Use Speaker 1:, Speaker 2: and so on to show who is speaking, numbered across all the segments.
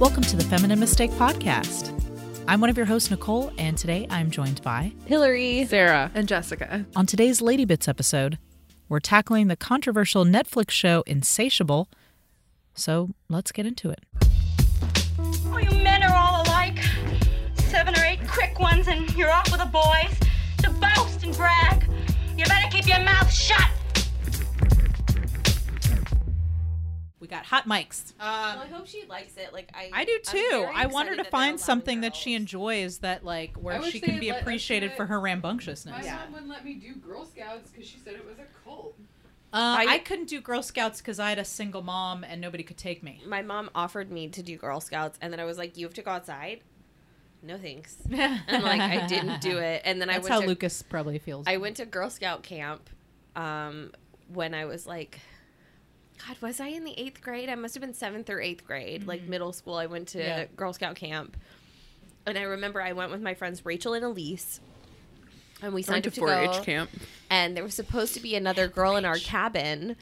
Speaker 1: Welcome to the Feminine Mistake Podcast. I'm one of your hosts, Nicole, and today I'm joined by.
Speaker 2: Hillary.
Speaker 3: Sarah.
Speaker 2: And Jessica.
Speaker 1: On today's Lady Bits episode, we're tackling the controversial Netflix show Insatiable. So let's get into it.
Speaker 4: Oh, you men are all alike. Seven or eight quick ones, and you're off with the boys to boast and brag. You better keep your mouth shut.
Speaker 5: We got hot mics.
Speaker 3: I hope she likes it. Like I,
Speaker 5: I do
Speaker 3: Um, I'm
Speaker 5: too.
Speaker 3: very
Speaker 5: I want her
Speaker 3: excited
Speaker 5: to
Speaker 3: that
Speaker 5: find
Speaker 3: they're
Speaker 5: something
Speaker 3: allowing
Speaker 5: that she
Speaker 3: girls.
Speaker 5: enjoys that like
Speaker 6: I
Speaker 5: where
Speaker 6: wish
Speaker 5: she
Speaker 6: they
Speaker 5: can be
Speaker 6: let us do
Speaker 5: appreciated
Speaker 6: it.
Speaker 5: for her
Speaker 6: My
Speaker 5: rambunctiousness. Uh,
Speaker 6: mom wouldn't let me do Girl Scouts because she said it was a cult.
Speaker 5: Uh, I,
Speaker 3: I-
Speaker 5: couldn't do Girl Scouts because I had a single mom and nobody could take me.
Speaker 3: My mom offered me to do Girl Scouts, and then I was like, "You have to go outside." No thanks. And like I didn't do it, and then I
Speaker 5: That's
Speaker 3: went
Speaker 5: how
Speaker 3: to
Speaker 5: Lucas probably feels.
Speaker 3: I went to Girl Scout camp, um, when I was like, God, was I in the eighth grade? I must have been seventh or eighth grade, like middle school. I went to
Speaker 5: Mm-hmm. Yeah.
Speaker 3: Girl Scout camp, and I remember I went with my friends Rachel and Elise, and we
Speaker 2: I went
Speaker 3: signed
Speaker 2: to
Speaker 3: up to
Speaker 2: 4 H
Speaker 3: go.
Speaker 2: camp.
Speaker 3: and there was supposed to be another girl in our cabin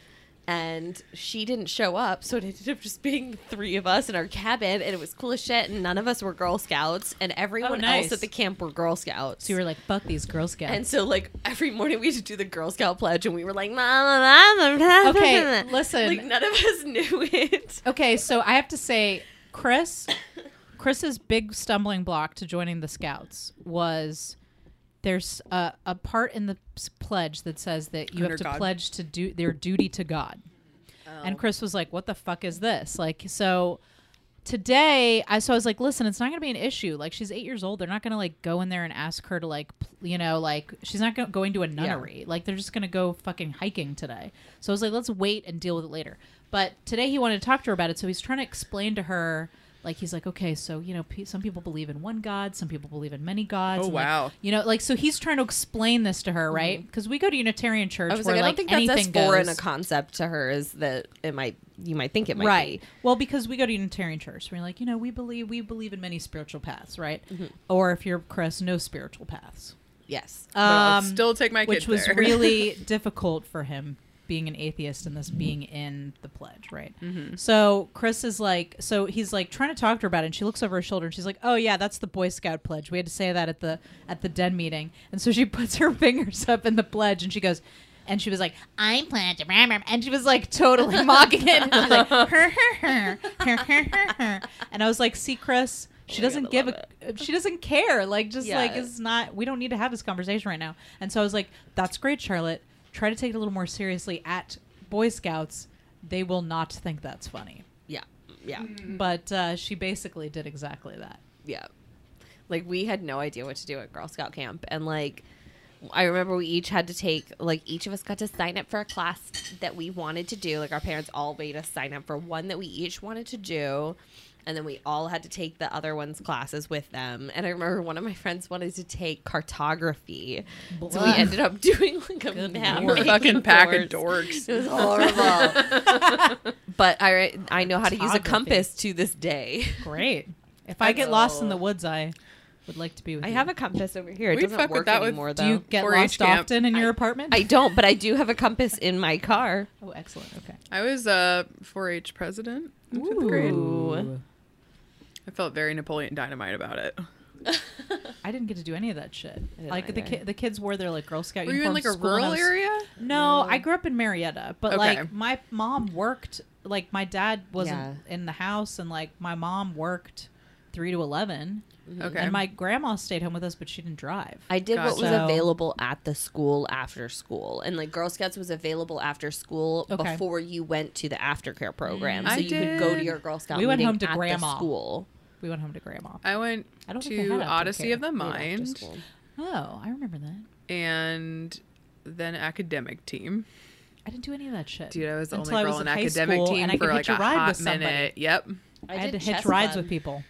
Speaker 3: and she didn't show up so it ended up just being the three of us in our cabin and it was cool as shit and none of us were girl scouts and everyone
Speaker 5: Oh, nice.
Speaker 3: else at the camp were girl scouts
Speaker 5: so you were like, fuck these Girl Scouts.
Speaker 3: and so like every morning we had to do the girl scout pledge and we were like "Ma, ma, ma, ma, ma,
Speaker 5: Okay,
Speaker 3: ma, ma."
Speaker 5: listen.
Speaker 3: like none of us knew it
Speaker 5: Okay, so I have to say, Chris, Chris's big stumbling block to joining the Scouts was there's a, a part in the s- pledge that says that you
Speaker 2: Under
Speaker 5: have to
Speaker 2: God.
Speaker 5: pledge to do their duty to God.
Speaker 3: Oh.
Speaker 5: And Chris was like, "What the fuck is this?" Like, so today, I so I was like, "Listen, it's not going to be an issue. Like, she's eight years old. They're not going to like go in there and ask her to like, pl- you know, like she's not go- going to a nunnery. Like, they're just going to go fucking hiking today." So I was like, "Let's wait and deal with it later." But today he wanted to talk to her about it, so he's trying to explain to her. Like he's like, okay, so you know, pe- some people believe in one god, some people believe in many gods.
Speaker 2: Oh,
Speaker 5: and, like,
Speaker 2: wow.
Speaker 5: you know, like so he's trying to explain this to her, right? Because we go to Unitarian church.
Speaker 3: Mm-hmm. i was
Speaker 5: where,
Speaker 3: like i don't think that's as
Speaker 5: anything
Speaker 3: foreign
Speaker 5: goes.
Speaker 3: a concept to her as that it might you might think it might
Speaker 5: right.
Speaker 3: be
Speaker 5: Well, because we go to Unitarian church, we're like, you know, we believe we believe in many spiritual paths, right?
Speaker 3: Mm-hmm.
Speaker 5: Or if you're Chris, no spiritual paths,
Speaker 3: yes
Speaker 2: But I'll
Speaker 5: Um,
Speaker 2: still take my
Speaker 5: which
Speaker 2: kid
Speaker 5: was
Speaker 2: there.
Speaker 5: really difficult for him being an atheist and this being in the pledge, right?
Speaker 2: Mm-hmm.
Speaker 5: So Chris is like, so he's like trying to talk to her about it, and she looks over her shoulder and she's like, "Oh yeah, that's the Boy Scout pledge. We had to say that at the at the den meeting." And so she puts her fingers up in the pledge and she goes. And she was like, "I pledge," blah, blah, blah," and she was like totally mocking it. And she was like, "Her, her, her, her, her, her, her." and I was like, "See, Chris, she
Speaker 3: my God,
Speaker 5: doesn't
Speaker 3: I
Speaker 5: give
Speaker 3: love
Speaker 5: a, she doesn't care. Like, just
Speaker 3: Yeah.
Speaker 5: like it's it's not we don't need to have this conversation right now and so i was like that's great charlotte try to take it a little more seriously at boy scouts they will not think that's funny
Speaker 3: yeah yeah
Speaker 5: but uh, she basically did exactly that
Speaker 3: yeah like we had no idea what to do at girl scout camp and like i remember we each had to take like each of us got to sign up for a class that we wanted to do like our parents all made us sign up for one that we each wanted to do and then we all had to take the other one's classes with them and i remember one of my friends wanted to take cartography so we
Speaker 5: Blah.
Speaker 3: ended up doing like a map
Speaker 2: We're a
Speaker 3: making
Speaker 2: fucking pack of
Speaker 3: doors.
Speaker 2: dorks.
Speaker 3: It was horrible. but I I know how to use a
Speaker 5: Cartography.
Speaker 3: compass to this day.
Speaker 5: great if i get lost in the woods i would like to be with
Speaker 3: I
Speaker 5: you
Speaker 3: have a compass over here. It
Speaker 2: We
Speaker 3: doesn't
Speaker 2: fuck with
Speaker 3: work
Speaker 2: that with-
Speaker 3: anymore
Speaker 5: do
Speaker 3: though.
Speaker 5: you get
Speaker 2: 4-H
Speaker 5: lost
Speaker 2: camp.
Speaker 5: often in your apartment
Speaker 3: I don't, but I do have a compass in my car.
Speaker 5: oh excellent okay
Speaker 2: I was a 4-H president in fifth grade.
Speaker 5: Ooh.
Speaker 2: I felt very Napoleon Dynamite about it.
Speaker 5: i didn't get to do any of that shit
Speaker 3: didn't
Speaker 5: like the,
Speaker 3: either.
Speaker 5: ki- the kids wore their like girl scout
Speaker 2: Were you in like
Speaker 5: uniforms
Speaker 2: a
Speaker 5: to school and I
Speaker 2: rural
Speaker 5: was-
Speaker 2: area?
Speaker 5: No, I grew up in Marietta, but
Speaker 2: Okay.
Speaker 5: like my mom worked. Like my dad wasn't
Speaker 3: Yeah.
Speaker 5: in the house, and like my mom worked three to 11
Speaker 2: Okay.
Speaker 5: Mm-hmm. and my grandma stayed home with us, but she didn't drive.
Speaker 3: I did what was
Speaker 5: Gotcha.
Speaker 3: available at the school after school, and like Girl Scouts was available after school
Speaker 5: Okay.
Speaker 3: before you went to the aftercare program,
Speaker 2: I
Speaker 3: so you could go to
Speaker 2: did-
Speaker 3: your Girl Scout.
Speaker 5: We went
Speaker 3: meeting
Speaker 5: home to
Speaker 3: at the
Speaker 5: grandma.
Speaker 3: school.
Speaker 5: we went home to grandma.
Speaker 2: I went
Speaker 5: I don't think they
Speaker 2: to
Speaker 5: had
Speaker 2: Odyssey
Speaker 5: aftercare.
Speaker 2: of the
Speaker 3: We went after
Speaker 2: Mind
Speaker 3: school.
Speaker 5: Oh, I remember that.
Speaker 2: and then academic team.
Speaker 5: I didn't do any of that shit,
Speaker 2: Dude, I was the
Speaker 5: until
Speaker 2: only
Speaker 5: I
Speaker 2: girl
Speaker 5: was
Speaker 2: in
Speaker 5: in high
Speaker 2: academic
Speaker 5: school,
Speaker 2: team
Speaker 5: and I
Speaker 2: for
Speaker 5: could
Speaker 2: like
Speaker 5: hitch
Speaker 2: a
Speaker 5: a ride
Speaker 2: hot
Speaker 5: with somebody.
Speaker 2: minute. Yep.
Speaker 5: I, had to
Speaker 3: did
Speaker 5: hitch
Speaker 3: chess
Speaker 5: rides
Speaker 3: club.
Speaker 5: with people.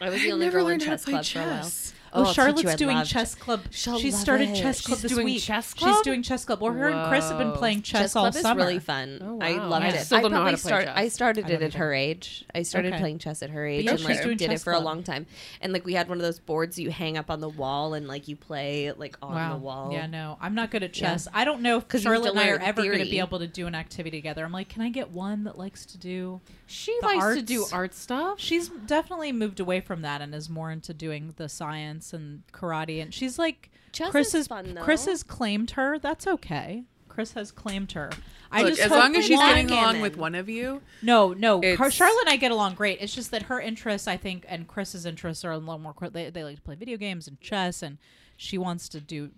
Speaker 3: I was
Speaker 2: I
Speaker 3: the only
Speaker 2: never
Speaker 3: girl in
Speaker 2: learned how to
Speaker 3: chess
Speaker 2: play
Speaker 3: club for a while.
Speaker 2: chess.
Speaker 3: Oh,
Speaker 5: Oh,
Speaker 3: I'll teach you, I
Speaker 5: Charlotte's doing
Speaker 3: loved-
Speaker 5: chess club.
Speaker 3: She'll
Speaker 5: She
Speaker 3: love
Speaker 5: started
Speaker 3: it.
Speaker 5: chess club
Speaker 3: She's
Speaker 5: this
Speaker 3: doing
Speaker 5: week.
Speaker 3: chess
Speaker 5: She's
Speaker 3: club?
Speaker 5: doing chess club. Well, her and Chris have been
Speaker 2: Whoa.
Speaker 5: playing chess,
Speaker 3: Chess
Speaker 5: all
Speaker 3: club
Speaker 5: summer.
Speaker 3: is really fun.
Speaker 2: Oh,
Speaker 3: I
Speaker 2: wow.
Speaker 3: loved
Speaker 2: I
Speaker 3: it.
Speaker 2: still
Speaker 3: I
Speaker 2: don't know how
Speaker 3: probably
Speaker 2: to play
Speaker 3: start.
Speaker 2: chess.
Speaker 3: I started
Speaker 5: I
Speaker 3: it
Speaker 5: don't
Speaker 3: at her age. I started
Speaker 5: Okay.
Speaker 3: playing chess at her age,
Speaker 5: yeah,
Speaker 3: and
Speaker 5: she's
Speaker 3: like
Speaker 5: doing
Speaker 3: did it
Speaker 5: chess
Speaker 3: for a
Speaker 5: club.
Speaker 3: long time. And like we had one of those boards you hang up on the wall, and like you play like on
Speaker 5: wow.
Speaker 3: the wall.
Speaker 5: Yeah, no, I'm not good at
Speaker 3: Yeah.
Speaker 5: chess. I don't know if
Speaker 3: 'Cause you have
Speaker 5: Charlotte and
Speaker 3: to
Speaker 5: I are
Speaker 3: learn
Speaker 5: ever going to be
Speaker 3: theory.
Speaker 5: able to do an activity together. I'm like, can I get one that likes to do?
Speaker 2: She
Speaker 5: The
Speaker 2: likes to
Speaker 5: arts.
Speaker 2: do art stuff.
Speaker 5: She's definitely moved away from that and is more into doing the science and karate. And she's like,
Speaker 3: Chess
Speaker 5: Chris
Speaker 3: is
Speaker 5: has
Speaker 3: fun, though.
Speaker 5: Chris has claimed her. That's okay. Chris has claimed her. I
Speaker 2: Look,
Speaker 5: just
Speaker 2: as
Speaker 5: hope
Speaker 2: long as she's
Speaker 5: one-
Speaker 2: getting along
Speaker 3: Backgammon.
Speaker 2: with one of you,
Speaker 5: No, no. Her,
Speaker 2: It's-
Speaker 5: Charlotte and I get along great. It's just that her interests, I think, and Chris's interests are a little more. They, they like to play video games and chess, and she wants to do,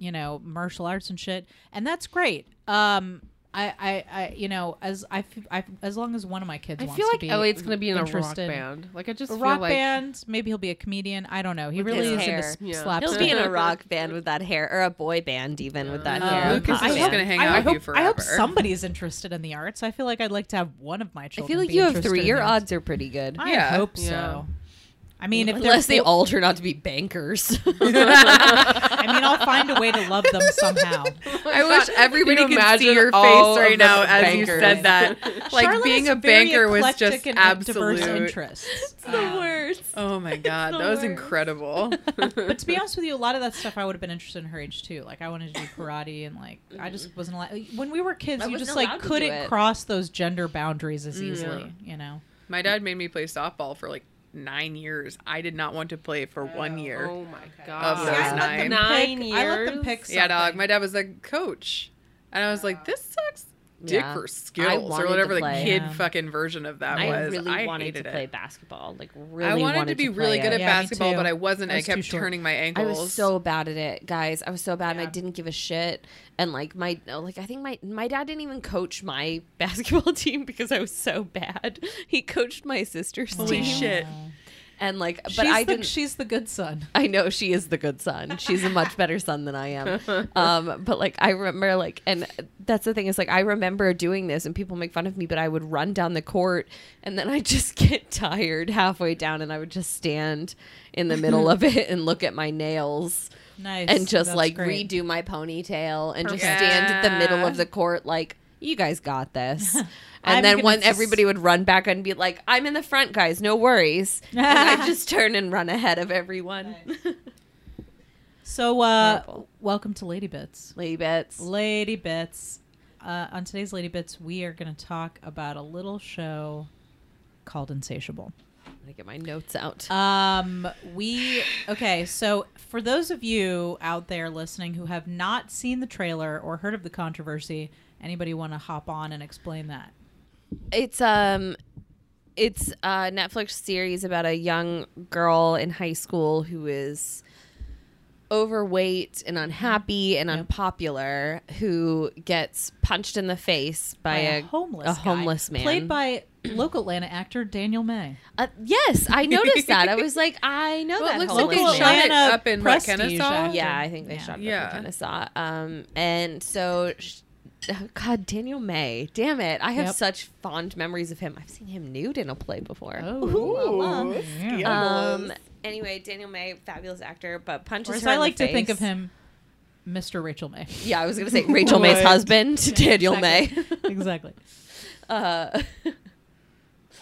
Speaker 5: you know, martial arts and shit, and that's great. Um, I, I, I you know, as I, f- I- as long as one of my kids,
Speaker 2: I
Speaker 5: wants
Speaker 2: feel
Speaker 5: to
Speaker 2: like
Speaker 5: be
Speaker 2: Elliot's going to be in a rock
Speaker 5: interested.
Speaker 2: band. Like I just
Speaker 5: A
Speaker 2: feel
Speaker 5: rock
Speaker 2: like
Speaker 5: band, maybe he'll be a comedian. I don't know. He
Speaker 3: his
Speaker 5: really is
Speaker 3: hair.
Speaker 5: into s-
Speaker 2: Yeah.
Speaker 5: slapstick.
Speaker 3: He'll be in a rock band with that hair, or a boy band even with that
Speaker 5: Uh,
Speaker 3: hair.
Speaker 2: Lucas
Speaker 3: Pop
Speaker 2: is just
Speaker 3: band.
Speaker 2: gonna hang
Speaker 5: I
Speaker 2: out with
Speaker 5: hope,
Speaker 2: you
Speaker 5: I hope
Speaker 2: forever.
Speaker 5: somebody's interested in the arts. I feel like I'd like to have one of my
Speaker 3: I
Speaker 5: children.
Speaker 3: feel like
Speaker 5: be
Speaker 3: you have
Speaker 5: interested
Speaker 3: three.
Speaker 5: in
Speaker 3: Your
Speaker 5: the arts.
Speaker 3: odds are pretty good.
Speaker 5: I
Speaker 2: Yeah.
Speaker 5: hope
Speaker 2: Yeah.
Speaker 5: so. I mean, if
Speaker 3: Unless
Speaker 5: they're
Speaker 3: they
Speaker 5: cool-
Speaker 3: all turn out to be bankers.
Speaker 5: I mean, I'll find a way to love them somehow.
Speaker 2: I wish everybody
Speaker 3: could
Speaker 2: could see
Speaker 3: see
Speaker 2: your face
Speaker 3: all
Speaker 2: right
Speaker 3: of
Speaker 2: now
Speaker 3: the
Speaker 2: as you
Speaker 3: bankers.
Speaker 2: said that. like
Speaker 5: Charlotte
Speaker 2: being
Speaker 5: has
Speaker 2: a
Speaker 5: very
Speaker 2: banker was
Speaker 5: eclectic
Speaker 2: just
Speaker 5: and diverse
Speaker 2: absolute.
Speaker 5: interests.
Speaker 3: the worst.
Speaker 2: Oh my god,
Speaker 3: the
Speaker 2: that was
Speaker 3: worst.
Speaker 2: incredible.
Speaker 5: But to be honest with you, a lot of that stuff I would have been interested in her age too. Like I wanted to do karate, and like I
Speaker 3: Mm-hmm.
Speaker 5: just wasn't allowed. When we were kids,
Speaker 3: I
Speaker 5: you
Speaker 3: wasn't
Speaker 5: just
Speaker 3: allowed
Speaker 5: like
Speaker 3: to do
Speaker 5: couldn't
Speaker 3: it.
Speaker 5: cross those gender boundaries
Speaker 3: Mm.
Speaker 5: as easily. You know.
Speaker 2: my dad made me play softball for like nine years. I did not want to play for one year.
Speaker 7: Oh my
Speaker 2: God.
Speaker 7: god.
Speaker 2: Of those
Speaker 5: I let them
Speaker 2: nine.
Speaker 5: pick- I let them pick.
Speaker 2: yeah, dog.
Speaker 5: something.
Speaker 2: My dad was a coach, and I was like, this sucks. Dick
Speaker 3: Yeah.
Speaker 2: for
Speaker 3: I
Speaker 2: skills
Speaker 3: wanted
Speaker 2: or
Speaker 3: to
Speaker 2: whatever the
Speaker 3: play.
Speaker 2: kid
Speaker 5: Yeah.
Speaker 2: fucking version of that
Speaker 3: I
Speaker 2: was.
Speaker 3: really
Speaker 2: I
Speaker 3: wanted to
Speaker 2: hated
Speaker 3: play
Speaker 2: it.
Speaker 3: basketball. Like really
Speaker 2: I wanted, to be really good at
Speaker 5: Yeah, me
Speaker 2: basketball,
Speaker 5: too.
Speaker 2: but I wasn't.
Speaker 5: I
Speaker 2: I,
Speaker 5: was too
Speaker 2: kept
Speaker 5: short.
Speaker 2: turning
Speaker 3: I
Speaker 2: my ankles.
Speaker 3: was so bad at it, guys. I was so bad, and
Speaker 5: Yeah.
Speaker 3: I didn't give a shit. And like my, like I think my my dad didn't even coach my basketball team because I was so bad. He coached my sister's
Speaker 5: Wow.
Speaker 3: team,
Speaker 2: shit.
Speaker 3: and like, but
Speaker 5: She's
Speaker 3: I
Speaker 5: the,
Speaker 3: didn't.
Speaker 5: She's the good son.
Speaker 3: I know she is the good son. She's a much better son than I am. Um, but like I remember like and that's the thing is like I remember doing this and people make fun of me, but I would run down the court and then I just get tired halfway down and I would just stand in the middle of it and look at my nails
Speaker 5: Nice.
Speaker 3: and just
Speaker 5: That's
Speaker 3: like
Speaker 5: great.
Speaker 3: redo my ponytail and just
Speaker 2: Perfect.
Speaker 3: stand at the middle of
Speaker 2: Yeah.
Speaker 3: the court like you guys got this.
Speaker 5: I'm
Speaker 3: And then
Speaker 5: gonna
Speaker 3: when
Speaker 5: just-
Speaker 3: everybody would run back and be like, "I'm in the front, guys, no worries," and I just turn and run ahead of everyone.
Speaker 5: So, uh,
Speaker 3: Horrible.
Speaker 5: welcome to Lady Bits.
Speaker 3: Lady Bits.
Speaker 5: Lady Bits. Uh, on today's Lady Bits, we are going to talk about a little show called Insatiable.
Speaker 3: I'm gonna get my notes out.
Speaker 5: Um, we okay. So for those of you out there listening who have not seen the trailer or heard of the controversy, anybody want to hop on and explain that?
Speaker 3: It's um, it's a Netflix series about a young girl in high school who is overweight and unhappy and unpopular who gets punched in the face by,
Speaker 5: a,
Speaker 3: a,
Speaker 5: homeless, guy,
Speaker 3: a homeless man
Speaker 5: played by local Atlanta actor Daniel May.
Speaker 3: Uh, yes, I noticed that. I was like, I know
Speaker 2: Well, it
Speaker 3: that.
Speaker 2: looks like
Speaker 3: homeless
Speaker 2: they
Speaker 3: man.
Speaker 2: shot it up in what,
Speaker 5: prestige
Speaker 2: Kennesaw?
Speaker 5: actor.
Speaker 3: Yeah, I think they
Speaker 5: Yeah.
Speaker 3: shot it.
Speaker 2: Yeah.
Speaker 3: Yeah, kind of saw. Um, and so, sh- oh, God, Daniel May. Damn it, I have
Speaker 5: Yep.
Speaker 3: such fond memories of him. I've seen him nude in a play before.
Speaker 5: Oh, Uh, la, la.
Speaker 2: Ooh,
Speaker 5: Yeah.
Speaker 2: yeah.
Speaker 3: Um. Anyway, Daniel May, fabulous actor, but punches
Speaker 5: Or as
Speaker 3: her.
Speaker 5: I
Speaker 3: in
Speaker 5: like
Speaker 3: the
Speaker 5: to think of
Speaker 3: face.
Speaker 5: him, Mr. Rachel May.
Speaker 3: Yeah, I was gonna say Rachel May's
Speaker 2: What?
Speaker 3: husband, Daniel
Speaker 5: exactly.
Speaker 3: May.
Speaker 5: exactly.
Speaker 3: uh,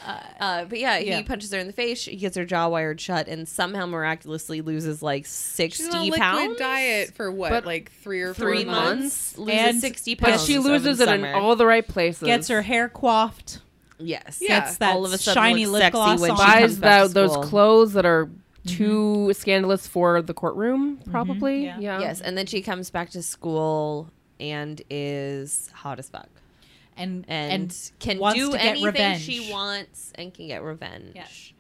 Speaker 3: uh, but yeah,
Speaker 5: yeah.
Speaker 3: he punches her in the face. She gets her jaw wired shut, and somehow miraculously loses like
Speaker 2: She's on a
Speaker 3: sixty
Speaker 2: liquid
Speaker 3: pounds.
Speaker 2: diet for what,
Speaker 7: But
Speaker 2: like three or
Speaker 3: Three
Speaker 2: four
Speaker 3: months, loses
Speaker 5: And-
Speaker 3: sixty
Speaker 5: but
Speaker 7: But
Speaker 3: pounds.
Speaker 7: she
Speaker 3: over
Speaker 7: loses
Speaker 3: the
Speaker 7: it in
Speaker 3: summer.
Speaker 7: all the right places.
Speaker 5: Gets her hair coiffed.
Speaker 3: Yes.
Speaker 2: Yeah.
Speaker 5: Gets that
Speaker 3: All of a sudden
Speaker 5: shiny
Speaker 3: looks
Speaker 5: lip
Speaker 3: sexy
Speaker 5: gloss
Speaker 3: when
Speaker 5: on.
Speaker 3: she comes
Speaker 7: buys
Speaker 3: back to
Speaker 7: tho- those
Speaker 3: school.
Speaker 7: clothes that are
Speaker 5: Mm-hmm.
Speaker 7: too scandalous for the courtroom. Probably.
Speaker 5: yeah.
Speaker 7: Yeah.
Speaker 3: Yes, and then she comes back to school and is hot as fuck.
Speaker 5: and
Speaker 3: and, can
Speaker 5: wants
Speaker 3: do
Speaker 5: to get
Speaker 3: anything
Speaker 5: revenge.
Speaker 3: she wants and can get revenge.
Speaker 5: Yes.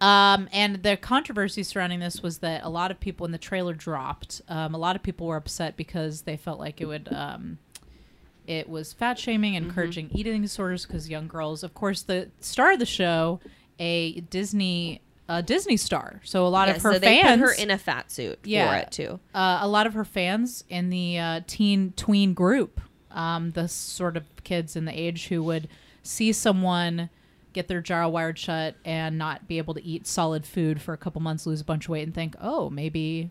Speaker 5: Um, and the controversy surrounding this was that a lot of people, when the trailer dropped, um, a lot of people were upset because they felt like it would, um, it was fat shaming,
Speaker 3: Mm-hmm.
Speaker 5: encouraging eating disorders because young girls. Of course, the star of the show, a Disney, a Disney star. So a lot
Speaker 3: Yeah,
Speaker 5: of her
Speaker 3: so they
Speaker 5: fans,
Speaker 3: put her in a fat suit
Speaker 5: Yeah.
Speaker 3: for it too.
Speaker 5: uh, a lot of her fans in the uh, teen tween group, um, the sort of kids in the age who would see someone get their jaw wired shut and not be able to eat solid food for a couple months, lose a bunch of weight, and think, oh, maybe,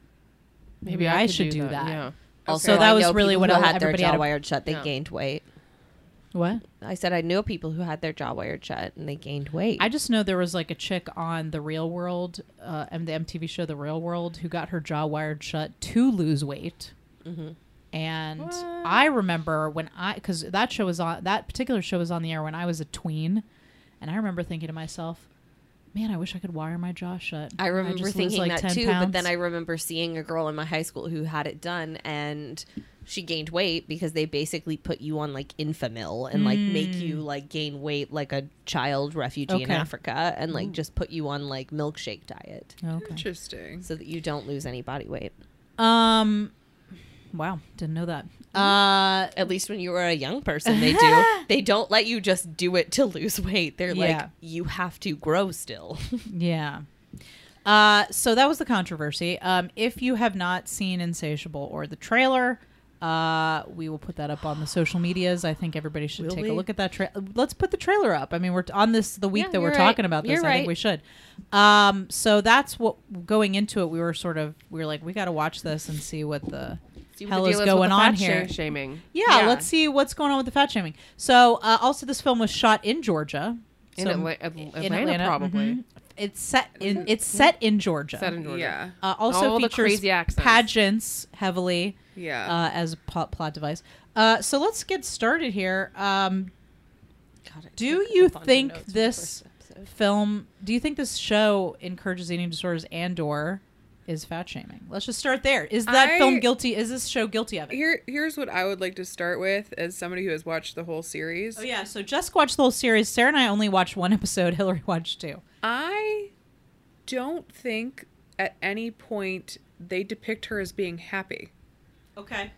Speaker 5: maybe, I,
Speaker 7: could
Speaker 5: should do, that.
Speaker 7: Yeah.
Speaker 5: So that
Speaker 3: I
Speaker 5: was
Speaker 3: know
Speaker 5: really
Speaker 3: people
Speaker 5: what
Speaker 3: who
Speaker 5: el-
Speaker 3: had their
Speaker 5: everybody
Speaker 3: jaw
Speaker 5: had a-
Speaker 3: wired shut. They
Speaker 7: Yeah.
Speaker 3: gained weight.
Speaker 5: What?
Speaker 3: I said I knew people who had their jaw wired shut and they gained weight.
Speaker 5: I just know there was like a chick on The Real World, uh, and the MTV show The Real World, who got her jaw wired shut to lose weight.
Speaker 3: Mm-hmm.
Speaker 5: And I remember when I, because that show was on, that particular show was on the air when I was a tween. And I remember thinking to myself, man, I wish I could wire my jaw shut.
Speaker 3: I remember
Speaker 5: just lose,
Speaker 3: thinking
Speaker 5: like,
Speaker 3: that
Speaker 5: 10
Speaker 3: too, but then
Speaker 5: pounds."
Speaker 3: I remember seeing a girl in my high school who had it done and she gained weight because they basically put you on like infamil and like make you like gain weight like a child refugee in
Speaker 5: Mm. Okay. Mm.
Speaker 3: Africa and like just put you on like milkshake diet
Speaker 5: Okay.
Speaker 2: Interesting.
Speaker 3: so that you don't lose any body weight.
Speaker 5: Um, wow, didn't know that. Uh,
Speaker 3: At least when you were a young person they do. they don't let you just do it to lose weight. They're like
Speaker 5: Yeah.
Speaker 3: you have to grow still.
Speaker 5: yeah. Uh, so that was the controversy. Um, if you have not seen Insatiable or the trailer, uh, we will put that up on the social medias. I think everybody should take a look at that trailer. Let's put the trailer up. I mean, we're t- on this the week
Speaker 3: Yeah,
Speaker 5: that we're
Speaker 3: you're
Speaker 5: talking
Speaker 3: right.
Speaker 5: about this.
Speaker 3: You're
Speaker 5: I think
Speaker 3: right.
Speaker 5: we should. Um, so that's what going into it. We were sort of we were like we got to watch this and see what the
Speaker 7: See what
Speaker 5: hell
Speaker 7: the
Speaker 5: is
Speaker 7: deal with
Speaker 5: going
Speaker 7: the
Speaker 5: on
Speaker 7: fat
Speaker 5: here.
Speaker 7: shame- Shaming.
Speaker 5: Yeah,
Speaker 3: Yeah.
Speaker 5: let's see what's going on with the fat shaming. So, uh, also, this film was shot in Georgia.
Speaker 7: In
Speaker 5: So-
Speaker 7: Atla- Atl- Atlanta, probably.
Speaker 5: mhm. It's set in it's set in Georgia.
Speaker 7: Set in Georgia.
Speaker 2: Yeah.
Speaker 5: uh, also
Speaker 7: All the
Speaker 5: features
Speaker 7: crazy accents.
Speaker 5: pageants heavily
Speaker 2: Yeah.
Speaker 5: uh, as a plot, plot device. Uh, so let's get started here. Um, do you think this film? Do you think this show encourages eating disorders and/or is fat shaming? Let's just start there. Is that
Speaker 2: I-
Speaker 5: film guilty? Is this show guilty of it?
Speaker 2: Here, here's what I would like to start with as somebody who has watched the whole series.
Speaker 5: Oh yeah, so Jessica watched the whole series. Sarah and I only watched one episode. Hillary watched two.
Speaker 2: I don't think at any point they depict her as being happy.
Speaker 5: Okay.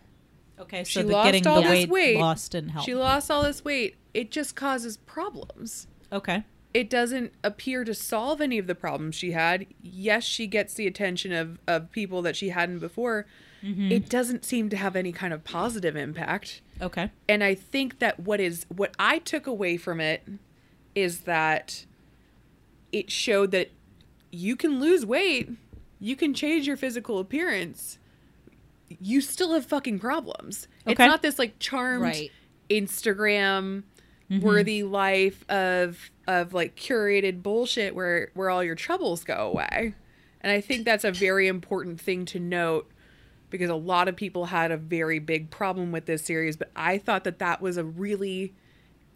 Speaker 5: Okay, so
Speaker 2: She
Speaker 5: the
Speaker 2: lost
Speaker 5: getting
Speaker 2: all
Speaker 5: the
Speaker 2: this
Speaker 5: weight,
Speaker 2: weight.
Speaker 5: lost didn't help.
Speaker 2: She lost all this weight. It just causes problems.
Speaker 5: okay.
Speaker 2: It doesn't appear to solve any of the problems she had. Yes, she gets the attention of, of people that she hadn't before. It doesn't seem to have any kind of positive impact.
Speaker 5: Okay.
Speaker 2: and I think that what is what I took away from it is that it showed that you can lose weight, you can change your physical appearance, you still have fucking problems. It's
Speaker 5: Okay.
Speaker 2: not this like charmed
Speaker 3: Right.
Speaker 2: Instagram worthy life of of like curated bullshit where where all your troubles go away. And I think that's a very important thing to note because a lot of people had a very big problem with this series, but I thought that that was a really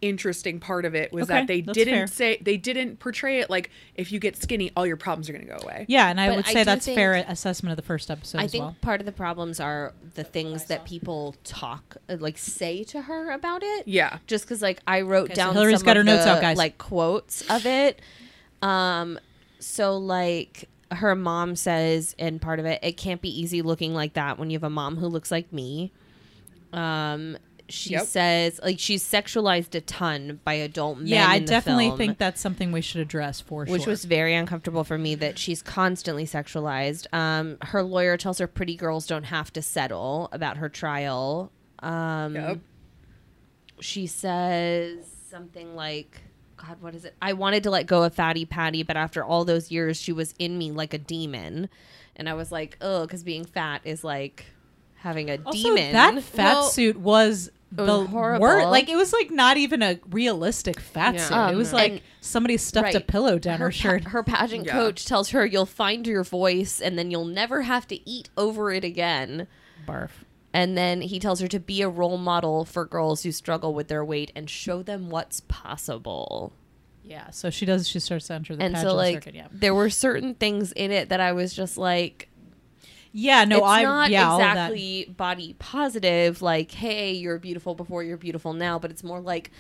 Speaker 2: interesting part of it was
Speaker 5: Okay,
Speaker 2: that they
Speaker 5: that's
Speaker 2: didn't
Speaker 5: fair.
Speaker 2: say they didn't portray it like if you get skinny all your problems are going to go away.
Speaker 5: Yeah, and I
Speaker 3: But
Speaker 5: would
Speaker 3: I
Speaker 5: say
Speaker 3: do
Speaker 5: that's
Speaker 3: think-
Speaker 5: fair assessment of the first episode
Speaker 3: I
Speaker 5: as
Speaker 3: think
Speaker 5: well.
Speaker 3: part of the problems are the things that people talk, uh, like say to her about it.
Speaker 2: Yeah.
Speaker 3: Just because, like, I wrote
Speaker 5: so
Speaker 3: down
Speaker 5: Hillary's
Speaker 3: some
Speaker 5: got her
Speaker 3: of
Speaker 5: notes
Speaker 3: the,
Speaker 5: out, guys.
Speaker 3: like quotes of it. Um, so like her mom says, in part of it, it can't be easy looking like that when you have a mom who looks like me. Um, she
Speaker 2: Yep.
Speaker 3: says, like, she's sexualized a ton by adult men.
Speaker 5: Yeah, I
Speaker 3: in the
Speaker 5: definitely
Speaker 3: film
Speaker 5: think that's something we should address for
Speaker 3: which
Speaker 5: sure.
Speaker 3: was very uncomfortable for me that she's constantly sexualized. Um, her lawyer tells her pretty girls don't have to settle about her trial. Um,
Speaker 2: Yep.
Speaker 3: She says something like, God, what is it? I wanted to let go of Fatty Patty, but after all those years, she was in me like a demon. And I was like, oh, because being fat is like having a
Speaker 5: also,
Speaker 3: demon.
Speaker 5: that fat
Speaker 3: Well,
Speaker 5: suit was the
Speaker 3: was horrible.
Speaker 5: wor- Like it was like not even a realistic fat
Speaker 7: Yeah.
Speaker 5: suit. it
Speaker 7: Um,
Speaker 5: was like
Speaker 3: and-
Speaker 5: somebody stuffed a
Speaker 3: Right.
Speaker 5: pillow down her,
Speaker 3: her pa-
Speaker 5: shirt.
Speaker 3: her pageant
Speaker 2: Yeah.
Speaker 3: coach tells her you'll find your voice and then you'll never have to eat over it again.
Speaker 5: Barf.
Speaker 3: And then he tells her to be a role model for girls who struggle with their weight and show them what's possible.
Speaker 5: Yeah, so she does. She starts to enter the
Speaker 3: And
Speaker 5: pageant
Speaker 3: so, like,
Speaker 5: circuit. Yeah,
Speaker 3: there were certain things in it that I was just like,
Speaker 5: yeah. No,
Speaker 3: it's
Speaker 5: I
Speaker 3: not
Speaker 5: yeah all of that.
Speaker 3: exactly body positive, like, hey, you're beautiful before you're beautiful now, but it's more like,